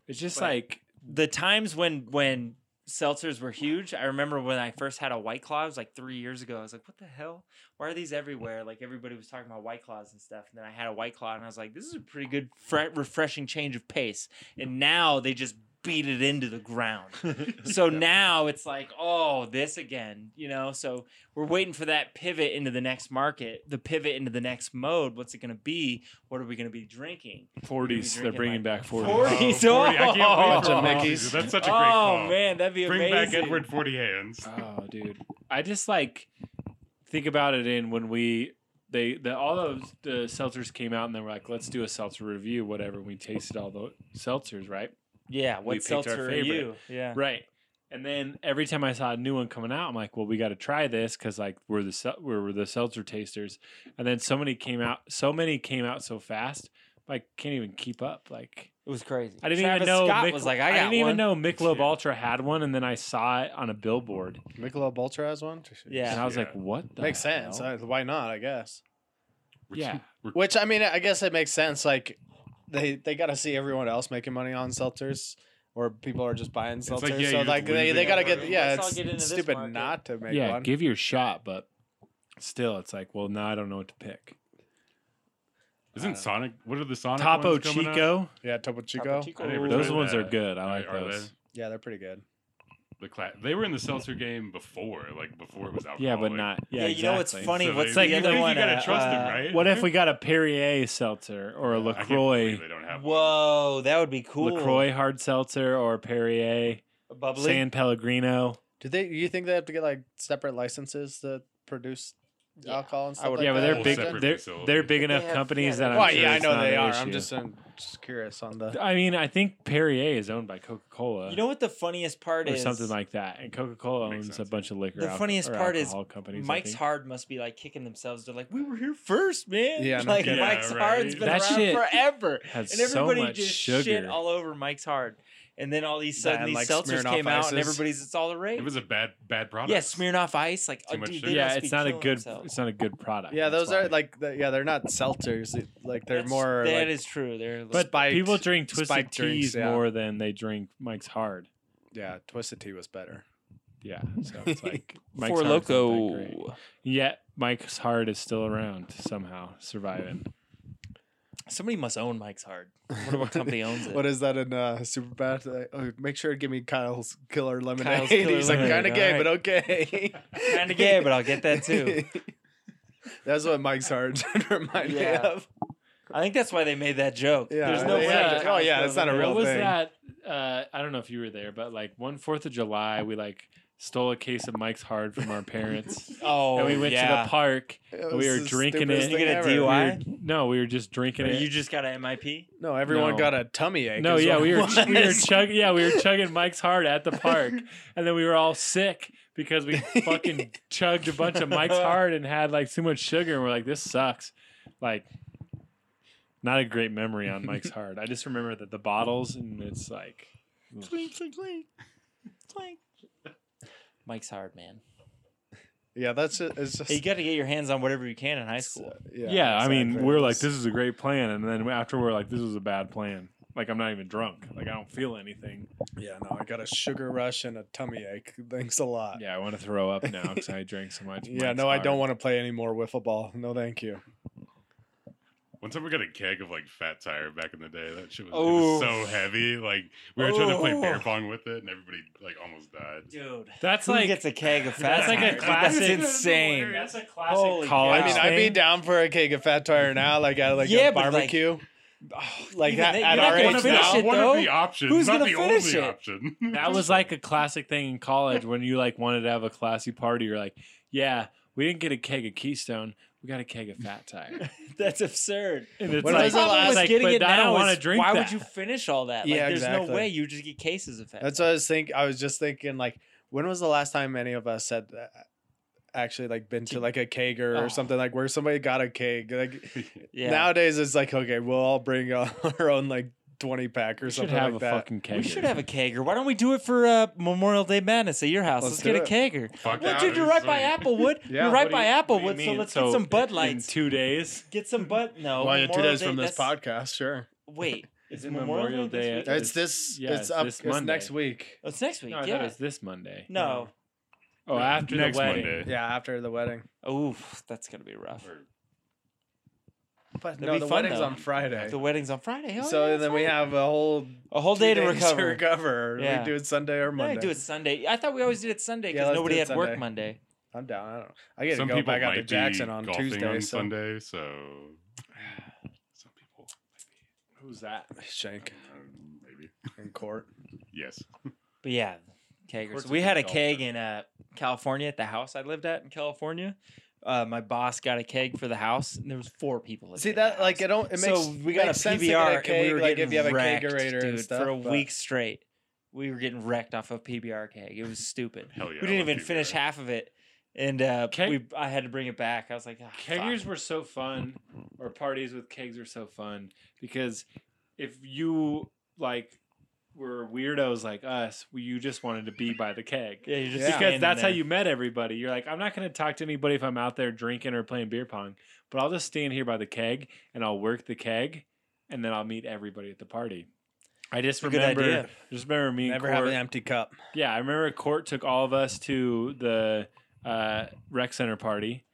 Speaker 7: it's just
Speaker 2: but-
Speaker 7: like
Speaker 2: The times when when seltzers were huge, I remember when I first had a White Claw. It was like three years ago. I was like, "What the hell? Why are these everywhere?" Like everybody was talking about White Claws and stuff. And then I had a White Claw, and I was like, "This is a pretty good, fre- refreshing change of pace." And now they just beat it into the ground. so now it's like, oh, this again, you know. So we're waiting for that pivot into the next market, the pivot into the next mode. What's it going to be? What are we going to be drinking?
Speaker 7: 40s. They're
Speaker 2: drinking
Speaker 7: bringing
Speaker 2: like
Speaker 7: back 40s.
Speaker 2: 40s.
Speaker 6: Oh, 40. I can't wait
Speaker 2: Bunch
Speaker 3: of
Speaker 6: for all
Speaker 3: Mickeys.
Speaker 6: these. That's such a great
Speaker 2: oh
Speaker 6: call.
Speaker 2: man, that'd be
Speaker 6: Bring
Speaker 2: amazing.
Speaker 6: back Edward Forty Hands.
Speaker 7: Oh, dude. I just like think about it in when we they the all those the seltzers came out and they were like, let's do a seltzer review, whatever. We tasted all the seltzers, right?
Speaker 2: Yeah,
Speaker 7: We
Speaker 2: what
Speaker 7: picked our
Speaker 2: seltzer are
Speaker 7: favorite.
Speaker 2: you? Yeah,
Speaker 7: Right. And then every time I saw a new one coming out, I'm like, well, we got to try this because like we're the sel- we're, we're the seltzer tasters. And then so many came out, so many came out so fast, I can't even keep up. Like
Speaker 2: it was crazy.
Speaker 7: I didn't
Speaker 2: Travis
Speaker 7: even know
Speaker 2: Scott
Speaker 7: Mich-
Speaker 2: was like, I, got
Speaker 7: didn't even
Speaker 2: one.
Speaker 7: know Michelob
Speaker 6: Yeah.
Speaker 7: Ultra had one, and then I saw it on a billboard,
Speaker 3: Michelob Ultra has one.
Speaker 2: Yeah.
Speaker 7: and I was
Speaker 6: Yeah.
Speaker 7: like, what? The
Speaker 3: makes sense.
Speaker 7: hell?
Speaker 3: I- why not? I guess.
Speaker 6: We're-
Speaker 7: Yeah.
Speaker 6: we're-
Speaker 3: Which I mean, I guess it makes sense. Like they they got to see everyone else making money on seltzers, or people are just buying seltzers.
Speaker 6: like, yeah,
Speaker 3: so
Speaker 6: you're
Speaker 3: like
Speaker 6: just
Speaker 3: they, they
Speaker 6: losing
Speaker 3: got to
Speaker 6: out
Speaker 3: get
Speaker 6: on it.
Speaker 3: yeah.
Speaker 2: Let's all
Speaker 3: It's
Speaker 2: get into this
Speaker 3: stupid
Speaker 2: market.
Speaker 3: not to make
Speaker 7: yeah,
Speaker 3: one.
Speaker 7: give your shot, but still, it's like, well, now I don't know what to pick.
Speaker 6: Isn't Sonic? What are the Sonic?
Speaker 7: uh, Topo
Speaker 6: ones coming out?
Speaker 7: Chico,
Speaker 3: yeah, Topo Chico.
Speaker 2: Topo Chico.
Speaker 6: I never
Speaker 7: those
Speaker 6: tried
Speaker 7: ones are
Speaker 6: that.
Speaker 7: good. I like
Speaker 6: Are they?
Speaker 7: those.
Speaker 3: Yeah, they're pretty good.
Speaker 6: The cla- they were in the seltzer game before, like before it was alcoholic.
Speaker 7: Yeah, but not. Yeah,
Speaker 2: Yeah, you know what's
Speaker 7: exactly.
Speaker 2: funny?
Speaker 6: So
Speaker 2: what's
Speaker 6: they-
Speaker 2: the
Speaker 6: you
Speaker 2: other
Speaker 6: think
Speaker 2: one?
Speaker 6: You gotta
Speaker 2: Uh,
Speaker 6: trust
Speaker 2: uh,
Speaker 6: them, right?
Speaker 7: What if we got a Perrier seltzer or a
Speaker 6: I can't believe
Speaker 7: Lacroix,
Speaker 6: They don't have. one.
Speaker 2: Whoa, that would be cool.
Speaker 7: Lacroix hard seltzer or Perrier
Speaker 2: bubbly.
Speaker 7: San Pellegrino?
Speaker 3: Do they? You think they have to get like separate licenses to produce
Speaker 2: Yeah.
Speaker 3: alcohol and
Speaker 2: I
Speaker 3: stuff?
Speaker 2: would-
Speaker 3: like
Speaker 7: yeah, but
Speaker 3: that?
Speaker 7: they're
Speaker 6: Whole
Speaker 7: big.
Speaker 6: separate
Speaker 7: They're,
Speaker 6: facility.
Speaker 7: they're big enough
Speaker 2: They have-
Speaker 7: companies
Speaker 2: yeah,
Speaker 7: that I'm
Speaker 3: Well,
Speaker 7: sure
Speaker 3: yeah, I
Speaker 7: it's
Speaker 3: know
Speaker 7: not
Speaker 3: they
Speaker 7: an
Speaker 3: are.
Speaker 7: issue.
Speaker 3: I'm just I'm just curious on the.
Speaker 7: I mean, I think Perrier is owned by Coca Cola.
Speaker 2: You know what the funniest part
Speaker 7: or
Speaker 2: is?
Speaker 7: something like that. And Coca Cola
Speaker 6: Makes
Speaker 7: owns a
Speaker 6: sense.
Speaker 7: bunch of liquor.
Speaker 2: The
Speaker 7: alco-
Speaker 2: funniest
Speaker 7: or
Speaker 2: part is
Speaker 7: alcohol companies. I
Speaker 2: Mike's
Speaker 7: think.
Speaker 2: Hard must be like kicking themselves. They're like, we were here first, man.
Speaker 3: Yeah, no
Speaker 2: like
Speaker 6: kidding.
Speaker 2: Mike's
Speaker 6: Yeah, right.
Speaker 2: Hard's been
Speaker 7: That
Speaker 2: around
Speaker 7: shit
Speaker 2: forever,
Speaker 7: Had
Speaker 2: and everybody
Speaker 7: so much
Speaker 2: just
Speaker 7: sugar.
Speaker 2: shit all over Mike's Hard. And then all these sudden
Speaker 3: That and,
Speaker 2: these
Speaker 3: like,
Speaker 2: seltzers
Speaker 3: Smirnoff
Speaker 2: came out, and
Speaker 3: Ices.
Speaker 2: everybody's it's all the rage.
Speaker 6: It was a bad, bad product.
Speaker 2: yeah, Smirnoff Ice, like
Speaker 6: Too
Speaker 2: oh,
Speaker 6: much
Speaker 2: dude,
Speaker 6: sugar.
Speaker 2: they
Speaker 7: yeah,
Speaker 2: must be
Speaker 7: it's not a
Speaker 2: killing
Speaker 7: good.
Speaker 2: themselves.
Speaker 7: It's not a good product.
Speaker 3: Yeah,
Speaker 7: that's
Speaker 3: those are
Speaker 7: why.
Speaker 3: like the, yeah, they're not seltzers. it- Like they're
Speaker 2: That's-
Speaker 3: more.
Speaker 2: That
Speaker 3: like,
Speaker 2: is true. They're
Speaker 7: But
Speaker 3: spiked-
Speaker 7: people drink twisted
Speaker 3: spiked
Speaker 7: teas
Speaker 3: drinks, yeah.
Speaker 7: more than they drink Mike's Hard.
Speaker 3: Yeah, Twisted Tea was better.
Speaker 7: Yeah, so it's like Mike's
Speaker 2: for
Speaker 7: Hard's not that great.
Speaker 2: loco.
Speaker 7: Yet Mike's Hard is still around somehow, surviving.
Speaker 2: Somebody must own Mike's Hard. What what company owns it?
Speaker 3: What is that in uh, Superbad? Like, oh, make sure to give me Kyle's Killer Lemonade.
Speaker 2: Kyle's Killer
Speaker 3: He's like, kind
Speaker 2: Lemonade,
Speaker 3: of gay,
Speaker 2: all
Speaker 3: but okay.
Speaker 2: kind of gay, but I'll get that too.
Speaker 3: That's what Mike's hard remind
Speaker 2: Yeah.
Speaker 3: me of.
Speaker 2: I think that's why they made that joke.
Speaker 3: Yeah,
Speaker 2: There's no
Speaker 7: they
Speaker 2: way.
Speaker 7: had
Speaker 2: that
Speaker 7: to-
Speaker 3: oh, yeah,
Speaker 2: Costco
Speaker 3: it's not a
Speaker 2: would
Speaker 3: real
Speaker 7: what was
Speaker 3: thing.
Speaker 7: that? Uh, I don't know if you were there, but like one Fourth of July, we like stole a case of Mike's Hard from our parents.
Speaker 2: Oh,
Speaker 7: and we went to
Speaker 2: yeah.
Speaker 7: the park.
Speaker 3: It
Speaker 7: We
Speaker 3: was
Speaker 7: were
Speaker 3: the
Speaker 7: drinking
Speaker 3: stupidest
Speaker 7: it.
Speaker 2: You
Speaker 3: thing
Speaker 2: get a
Speaker 3: ever.
Speaker 7: We
Speaker 2: DUI?
Speaker 7: were- no, we were just drinking it.
Speaker 2: You just got an MIP.
Speaker 3: No, everyone
Speaker 7: No.
Speaker 3: got a tummy ache.
Speaker 7: no,
Speaker 3: is
Speaker 7: yeah,
Speaker 3: what
Speaker 7: we
Speaker 3: it
Speaker 7: were
Speaker 3: was.
Speaker 7: we were chugging yeah, we were chugging Mike's Hard at the park. And then we were all sick because we fucking chugged a bunch of Mike's Hard and had like too much sugar and we're like this sucks. Like not a great memory on Mike's Hard. I just remember that the bottles and it's like
Speaker 2: Mike's hard, man.
Speaker 3: yeah, that's it. It's just
Speaker 2: Hey, you got to get your hands on whatever you can in high
Speaker 3: it's, uh,
Speaker 2: school.
Speaker 7: Yeah, I mean,
Speaker 3: exactly.
Speaker 7: we're like, this is a great plan, and then after we're like, this was a bad plan. Like, I'm not even drunk. Like, I don't feel anything.
Speaker 3: Yeah, no, I got a sugar rush and a tummy ache. Thanks a lot.
Speaker 7: Yeah, I want to throw up now because I drank so much.
Speaker 3: Yeah,
Speaker 7: Mike's
Speaker 3: no, I
Speaker 7: Hard.
Speaker 3: don't want to play any more wiffle ball. No, thank you.
Speaker 6: One time we got a keg of like fat tire back in the day. That shit was, it
Speaker 2: Oh.
Speaker 6: was so heavy. Like we were trying to play
Speaker 2: Oh.
Speaker 6: beer pong with it, and everybody like almost died.
Speaker 2: Dude,
Speaker 7: That's
Speaker 2: who
Speaker 7: like
Speaker 2: gets a keg of fat
Speaker 7: that's like
Speaker 2: Tires?
Speaker 7: a classic.
Speaker 2: That's insane.
Speaker 7: That's a classic
Speaker 2: Holy
Speaker 7: college.
Speaker 3: I mean, I'd be down for a cake of fat tire now, like at like
Speaker 2: Yeah,
Speaker 3: a
Speaker 2: but, like,
Speaker 3: barbecue. Like
Speaker 2: even
Speaker 3: at,
Speaker 2: then,
Speaker 3: at
Speaker 2: you're not
Speaker 3: our
Speaker 2: gonna
Speaker 3: age
Speaker 2: finish
Speaker 3: now.
Speaker 2: it,
Speaker 6: one
Speaker 2: though.
Speaker 6: of the options,
Speaker 2: Who's
Speaker 6: not
Speaker 2: gonna
Speaker 6: the
Speaker 2: finish
Speaker 6: only
Speaker 2: it?
Speaker 6: option.
Speaker 7: that was like a classic thing in college when you like wanted to have a classy party. You're like, yeah, we didn't get a keg of Keystone. We got a keg of Fat Tire.
Speaker 2: That's absurd.
Speaker 7: And it's
Speaker 3: When
Speaker 7: like,
Speaker 3: was the
Speaker 7: it's
Speaker 3: last-
Speaker 7: like,
Speaker 2: getting
Speaker 7: but
Speaker 2: it
Speaker 7: I
Speaker 2: now
Speaker 7: don't want
Speaker 2: is
Speaker 7: to drink
Speaker 2: Why
Speaker 7: that.
Speaker 2: would you finish all that? Like,
Speaker 3: Yeah,
Speaker 2: there's no
Speaker 3: exactly.
Speaker 2: way you just get cases of fat.
Speaker 3: That's what I was thinking. I was just thinking, like, when was the last time any of us had uh, actually like been to like a kegger
Speaker 2: Oh.
Speaker 3: or something like where somebody got a keg? Like
Speaker 2: yeah.
Speaker 3: nowadays, it's like okay, we'll all bring our our own like twenty pack or
Speaker 7: should
Speaker 3: something
Speaker 7: have
Speaker 3: like
Speaker 7: a
Speaker 3: that.
Speaker 7: fucking keg.
Speaker 2: we should have a kegger. Why don't we do it for uh, Memorial Day Madness at your house? Let's,
Speaker 3: Let's
Speaker 2: get a
Speaker 3: do
Speaker 2: kegger.
Speaker 6: Fuck
Speaker 2: Well,
Speaker 6: that,
Speaker 2: dude, you're
Speaker 6: it's
Speaker 2: right by
Speaker 6: like-
Speaker 2: Applewood.
Speaker 3: Yeah.
Speaker 2: you're right
Speaker 7: What
Speaker 2: by
Speaker 7: do you- what do
Speaker 2: Applewood,
Speaker 7: you
Speaker 2: so
Speaker 7: mean?
Speaker 2: let's
Speaker 7: So
Speaker 2: get some Bud
Speaker 7: in
Speaker 2: Lights.
Speaker 7: two days.
Speaker 2: Get some Bud. No,
Speaker 3: well, you're two
Speaker 2: Memorial
Speaker 3: days
Speaker 2: Day-
Speaker 3: from this
Speaker 2: that's-
Speaker 3: podcast, sure.
Speaker 2: Wait,
Speaker 7: Is
Speaker 2: is
Speaker 7: it Memorial
Speaker 2: Memorial Day?
Speaker 7: Day?
Speaker 2: this week?
Speaker 7: Uh,
Speaker 3: It's this.
Speaker 7: yeah,
Speaker 3: it's
Speaker 7: it's
Speaker 3: up.
Speaker 7: this
Speaker 3: it's next
Speaker 7: Monday.
Speaker 3: week.
Speaker 2: Oh, It's next week.
Speaker 7: No, I thought it
Speaker 2: yeah.
Speaker 7: was this Monday.
Speaker 2: No.
Speaker 7: Oh, after
Speaker 6: next
Speaker 7: the wedding.
Speaker 6: Monday.
Speaker 3: Yeah, after the wedding.
Speaker 2: Oof, that's gonna be rough.
Speaker 6: Or-
Speaker 3: But
Speaker 2: That'd
Speaker 3: no,
Speaker 2: be
Speaker 3: the
Speaker 2: fun,
Speaker 3: wedding's
Speaker 2: though.
Speaker 3: on Friday.
Speaker 2: The wedding's on Friday. Oh,
Speaker 3: so
Speaker 2: yeah,
Speaker 3: then
Speaker 2: that's
Speaker 3: we
Speaker 2: right.
Speaker 3: have a whole
Speaker 2: a whole
Speaker 3: two
Speaker 2: day to
Speaker 3: days
Speaker 2: recover.
Speaker 3: recover.
Speaker 2: Yeah.
Speaker 3: We do it Sunday or
Speaker 2: No,
Speaker 3: Monday.
Speaker 2: do it Sunday. I thought we always did it Sunday
Speaker 3: Yeah,
Speaker 2: because
Speaker 3: let's
Speaker 2: nobody
Speaker 3: do
Speaker 2: had
Speaker 3: it
Speaker 2: work
Speaker 3: Sunday.
Speaker 2: Monday.
Speaker 3: I'm down. I don't know. I get
Speaker 6: Some
Speaker 3: to go
Speaker 6: people
Speaker 3: back out
Speaker 6: might
Speaker 3: to
Speaker 6: be
Speaker 3: Jackson on
Speaker 6: golfing
Speaker 3: Tuesday.
Speaker 6: on
Speaker 3: so
Speaker 6: Sunday, so some people
Speaker 7: Who's that?
Speaker 3: Shank
Speaker 6: um, maybe
Speaker 3: in court.
Speaker 6: yes.
Speaker 2: But yeah,
Speaker 7: course
Speaker 2: keggers.
Speaker 7: it's
Speaker 2: We had a
Speaker 7: big
Speaker 2: keg in uh, California at the house I lived at in California. Uh, my boss got a keg for the house, and there was four people. living
Speaker 3: See
Speaker 2: in
Speaker 3: that
Speaker 2: the
Speaker 3: like
Speaker 2: house.
Speaker 3: I don't. It makes
Speaker 2: so we got
Speaker 3: makes
Speaker 2: a
Speaker 3: sense to get
Speaker 2: PBR,
Speaker 3: keg,
Speaker 2: and we were
Speaker 3: like
Speaker 2: getting
Speaker 3: if you have
Speaker 2: wrecked,
Speaker 3: a kegerator
Speaker 2: dude,
Speaker 3: and stuff
Speaker 2: for a
Speaker 3: but-
Speaker 2: week straight. We were getting wrecked off a PBR keg. It was stupid.
Speaker 6: Hell yeah.
Speaker 2: we didn't even finish
Speaker 6: half.
Speaker 2: half of it, and uh,
Speaker 7: Keg-
Speaker 2: we I had to bring it back. I was like, "Ah, fuck."
Speaker 7: Keggers were so fun, or parties with kegs were so fun because if you like were weirdos like us, we- you just wanted to be by the keg.
Speaker 2: Yeah, you're just
Speaker 3: Yeah.
Speaker 7: Because
Speaker 2: standing
Speaker 7: that's how
Speaker 2: there.
Speaker 7: you met everybody. You're like, I'm not going to talk to anybody if I'm out there drinking or playing beer pong, but I'll just stand here by the keg and I'll work the keg, and then I'll meet everybody at the party. I just
Speaker 2: It's a good
Speaker 7: remember,
Speaker 2: idea.
Speaker 7: I just remember me and
Speaker 3: Never have
Speaker 7: Court-
Speaker 3: an empty cup.
Speaker 7: Yeah, I remember Court took all of us to the uh, rec center party,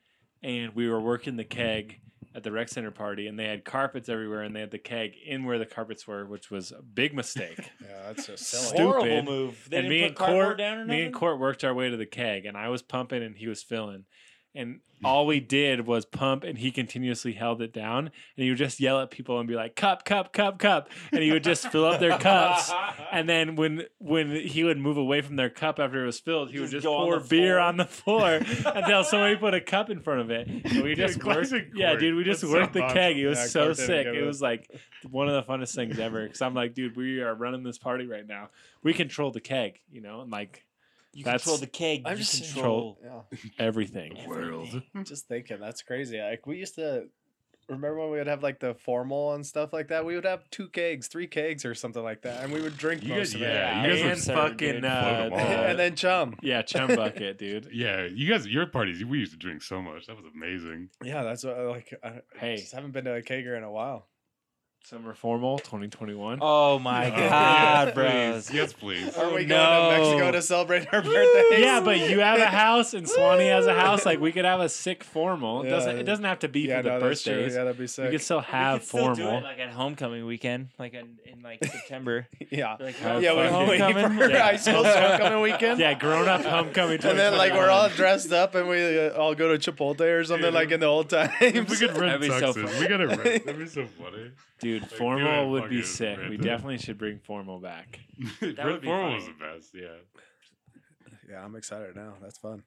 Speaker 7: and we were working the keg at the rec center party, and they had carpets everywhere, and they had the keg in where the carpets were, which was a big mistake.
Speaker 3: Yeah, that's so
Speaker 7: Stupid.
Speaker 2: horrible move. They didn't
Speaker 7: and me
Speaker 2: put
Speaker 7: and
Speaker 2: cardboard
Speaker 7: Court,
Speaker 2: down or
Speaker 7: me and
Speaker 2: nothing?
Speaker 7: Court worked our way to the keg, and I was pumping, and he was filling. And all we did was pump, and he continuously held it down. And he would just yell at people and be like, "Cup, cup, cup, cup," and he would just fill up their cups. And then when when he would move away from their cup after it was filled, he would
Speaker 2: Just
Speaker 7: just
Speaker 2: go on
Speaker 7: pour
Speaker 2: the
Speaker 7: beer
Speaker 2: floor.
Speaker 7: on the floor until somebody put a cup in front of it. And we
Speaker 6: Dude,
Speaker 7: just worked,
Speaker 6: classic
Speaker 7: yeah,
Speaker 6: Court.
Speaker 7: dude, we just
Speaker 6: That's so
Speaker 7: worked the keg.
Speaker 6: awesome.
Speaker 7: It was
Speaker 3: Yeah,
Speaker 7: so
Speaker 3: Court did a
Speaker 7: sick.
Speaker 3: good
Speaker 7: It
Speaker 3: one.
Speaker 7: was like one of the funnest things ever. Because I'm like, dude, we are running this party right now. We control the keg, you know, and like
Speaker 2: You
Speaker 7: That's-
Speaker 2: control the keg.
Speaker 3: I'm
Speaker 2: you
Speaker 3: just-
Speaker 2: control.
Speaker 3: Yeah,
Speaker 7: everything.
Speaker 6: World.
Speaker 3: just thinking that's crazy. Like we used to remember when we would have like the formal and stuff like that. We would have two kegs, three kegs, or something like that, and we would drink
Speaker 6: You
Speaker 3: most
Speaker 6: guys-
Speaker 3: of it.
Speaker 6: yeah, you guys
Speaker 7: and
Speaker 6: were
Speaker 2: absurd,
Speaker 7: fucking
Speaker 2: dude.
Speaker 7: uh,
Speaker 6: Float 'em all.
Speaker 3: and then chum.
Speaker 7: yeah, chum bucket, dude.
Speaker 6: Yeah, you guys, your parties, we used to drink so much. That was amazing.
Speaker 3: Yeah, that's what I like. I
Speaker 7: Hey,
Speaker 3: just haven't been to a kegger in a while.
Speaker 7: summer formal 2021.
Speaker 2: Oh my
Speaker 6: Oh,
Speaker 2: god,
Speaker 6: yes,
Speaker 2: bros!
Speaker 6: please. Yes, please.
Speaker 3: Are we
Speaker 2: no.
Speaker 3: going to Mexico to celebrate our birthday?
Speaker 7: Oh, Yeah, but you have a house and Swanee has a house. Like we could have a sick formal. It
Speaker 3: Yeah.
Speaker 7: doesn't it doesn't have to be
Speaker 3: yeah,
Speaker 7: for the
Speaker 3: no, that's true.
Speaker 7: birthdays.
Speaker 3: Yeah, that'd be
Speaker 7: We
Speaker 3: sick.
Speaker 7: could still
Speaker 2: We
Speaker 7: have
Speaker 2: could still do
Speaker 7: formal.
Speaker 2: it like at homecoming weekend, like in, in like September.
Speaker 3: Yeah.
Speaker 2: Like,
Speaker 7: Yeah,
Speaker 3: Yeah,
Speaker 7: fucking-
Speaker 3: we were waiting
Speaker 2: homecoming.
Speaker 3: for
Speaker 7: Yeah.
Speaker 3: high school's homecoming weekend.
Speaker 7: yeah, grown up homecoming.
Speaker 3: And then, like, we're all
Speaker 7: 2021.
Speaker 3: dressed up and we uh, all go to Chipotle or something, like in the old
Speaker 6: If we
Speaker 3: times.
Speaker 6: could
Speaker 2: That'd
Speaker 6: rent
Speaker 2: be so
Speaker 6: tuxes. we gotta rent. That'd be so funny.
Speaker 7: dude.
Speaker 6: do
Speaker 7: Formal
Speaker 6: it,
Speaker 7: would be
Speaker 6: fucking
Speaker 7: sick. We
Speaker 6: random.
Speaker 7: definitely should bring formal back.
Speaker 6: Rent oh
Speaker 2: would be
Speaker 6: formal
Speaker 2: funny.
Speaker 6: was the best. Yeah.
Speaker 1: Yeah, I'm excited now. That's fun.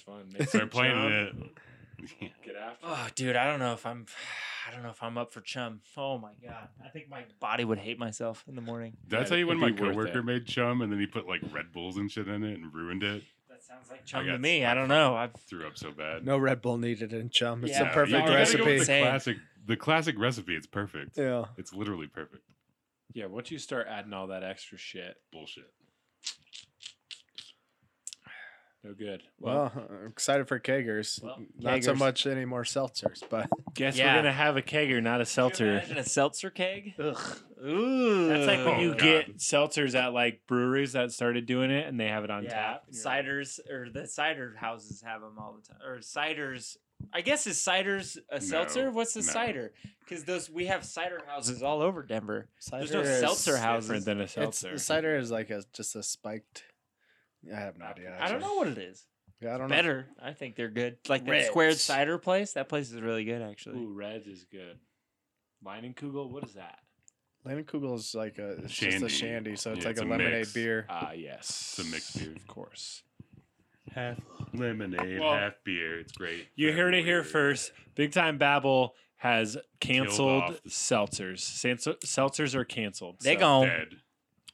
Speaker 7: fun.
Speaker 6: Start playing it.
Speaker 7: Get after.
Speaker 2: Oh, dude, I don't know if I'm. I don't know if I'm up for chum. Oh my god, I think my body would hate myself in the morning.
Speaker 6: Did I tell you when my
Speaker 7: It'd be worth
Speaker 6: coworker
Speaker 7: it.
Speaker 6: made chum and then he put like Red Bulls and shit in it and ruined it?
Speaker 2: That sounds like chum to
Speaker 6: got
Speaker 2: me. I don't know. I've
Speaker 6: Threw up so bad.
Speaker 1: No Red Bull needed in chum. It's
Speaker 2: Yeah,
Speaker 1: the
Speaker 6: you-
Speaker 1: perfect
Speaker 6: you gotta go with
Speaker 1: recipe.
Speaker 6: The
Speaker 2: Same.
Speaker 6: classic, the classic recipe. It's perfect.
Speaker 1: yeah.
Speaker 6: It's literally perfect.
Speaker 7: Yeah, once you start adding all that extra shit,
Speaker 6: Bullshit.
Speaker 7: no good. Well,
Speaker 1: Well, I'm excited for kegers.
Speaker 2: Well,
Speaker 1: Not so
Speaker 2: Kegers.
Speaker 1: much any more seltzers, but
Speaker 7: guess
Speaker 2: yeah.
Speaker 7: we're gonna have a kegger, not a seltzer.
Speaker 2: Imagine a seltzer keg.
Speaker 7: Ugh.
Speaker 2: Ooh,
Speaker 7: That's like when
Speaker 6: Oh,
Speaker 7: you
Speaker 6: God.
Speaker 7: get seltzers at like breweries that started doing it and they have it on
Speaker 2: yeah,
Speaker 7: tap. and you're like,
Speaker 2: ciders or the cider houses have them all the time. Or ciders, I guess is ciders a
Speaker 6: No,
Speaker 2: seltzer? What's the
Speaker 6: no.
Speaker 2: cider? Because those we have cider houses all over Denver.
Speaker 1: cider
Speaker 2: no
Speaker 1: is-
Speaker 2: seltzer house.
Speaker 7: different than a
Speaker 1: It's,
Speaker 7: seltzer.
Speaker 1: the cider is like a just a spiked. I have no idea.
Speaker 2: I don't
Speaker 1: actually.
Speaker 2: know what it is.
Speaker 1: Yeah, I don't know.
Speaker 2: Better, I think they're good. Like that
Speaker 1: Reds.
Speaker 2: squared cider place. That place is really good, actually.
Speaker 7: Ooh, Reds is good. Line and Kugel, what is that?
Speaker 1: Lemon Kugel is like a it's just a
Speaker 6: Shandy.
Speaker 1: shandy, so it's
Speaker 6: Yeah,
Speaker 1: like
Speaker 6: it's
Speaker 1: a
Speaker 6: a
Speaker 1: lemonade
Speaker 6: mix.
Speaker 1: beer.
Speaker 7: Ah, yes.
Speaker 6: It's a mixed beer.
Speaker 7: Of course.
Speaker 6: Half lemonade,
Speaker 7: Well,
Speaker 6: half beer. It's great.
Speaker 7: You
Speaker 6: for
Speaker 7: heard it here
Speaker 6: everywhere.
Speaker 7: first. Big Time Babble has canceled
Speaker 6: off the-
Speaker 7: seltzers. Seltzer- Seltzers are canceled.
Speaker 2: they
Speaker 7: so
Speaker 2: gone.
Speaker 6: Dead.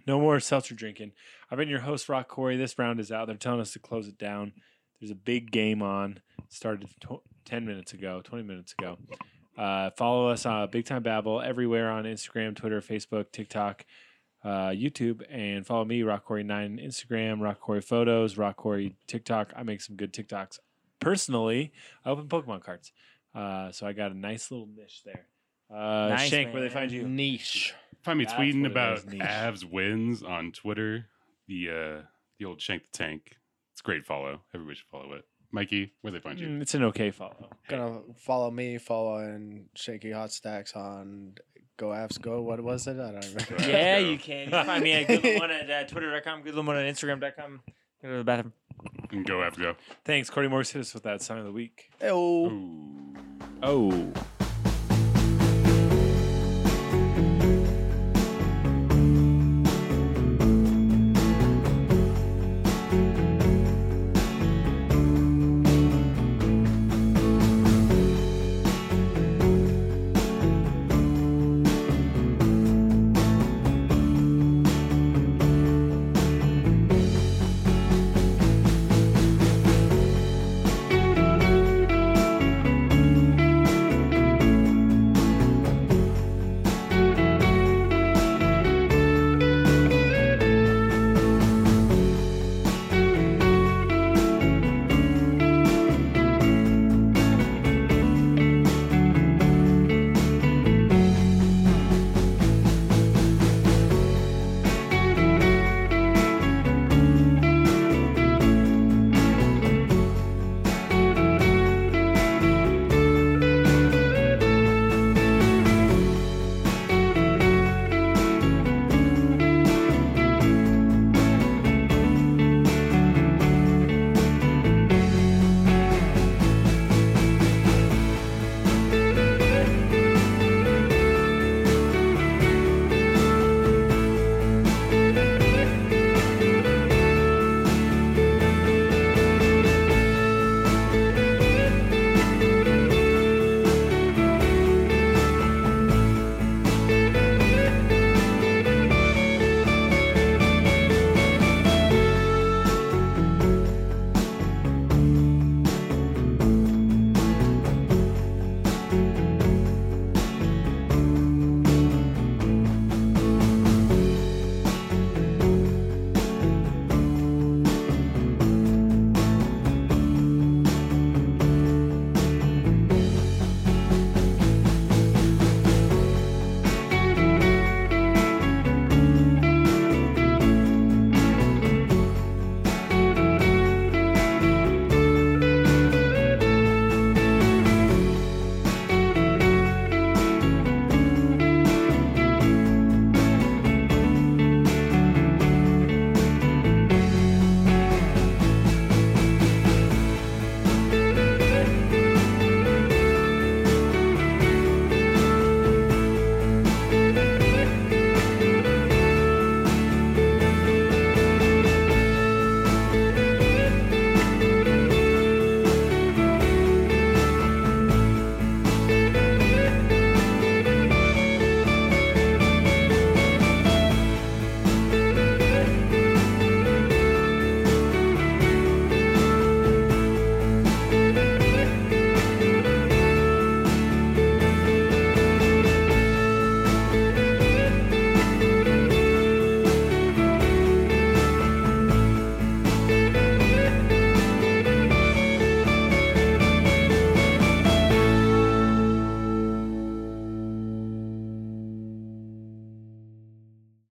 Speaker 7: No more seltzer drinking. I've been your host, Rock Corey. This round is out. They're telling us to close it down. There's a big game on. Started tw- 10 minutes ago, 20 minutes ago. Uh, follow us on Big Time Babble everywhere on Instagram, Twitter, Facebook, TikTok, uh, YouTube. And follow me, Rock Corey9 on Instagram, Rock Corey Photos, Rock Corey TikTok. I make some good TikToks personally. I open Pokemon cards. Uh, so I got a nice little niche there. Uh,
Speaker 2: Nice,
Speaker 7: Shank, where they
Speaker 2: man.
Speaker 7: find you?
Speaker 3: Niche.
Speaker 6: Find me
Speaker 7: That's
Speaker 6: tweeting
Speaker 7: what it
Speaker 6: about
Speaker 7: is, niche.
Speaker 6: Avs wins on Twitter. The uh, the old Shank the Tank. It's a great follow. Everybody should follow it. Mikey, where they find you?
Speaker 2: Mm-hmm.
Speaker 7: Mm, it's an okay follow.
Speaker 1: Gonna follow me, following Shaky Hot Stacks on Go Apps Go. What was it? I don't remember.
Speaker 6: Let's
Speaker 2: Yeah,
Speaker 6: go.
Speaker 2: you can. You can find me at goodlamone at uh, twitter.com, goodlamone on instagram.com. Go to the bathroom.
Speaker 6: And Go after go.
Speaker 7: Thanks, Cordy Morris. Hit us with that song of the week.
Speaker 1: Hey-oh.
Speaker 6: Ooh.
Speaker 7: Oh.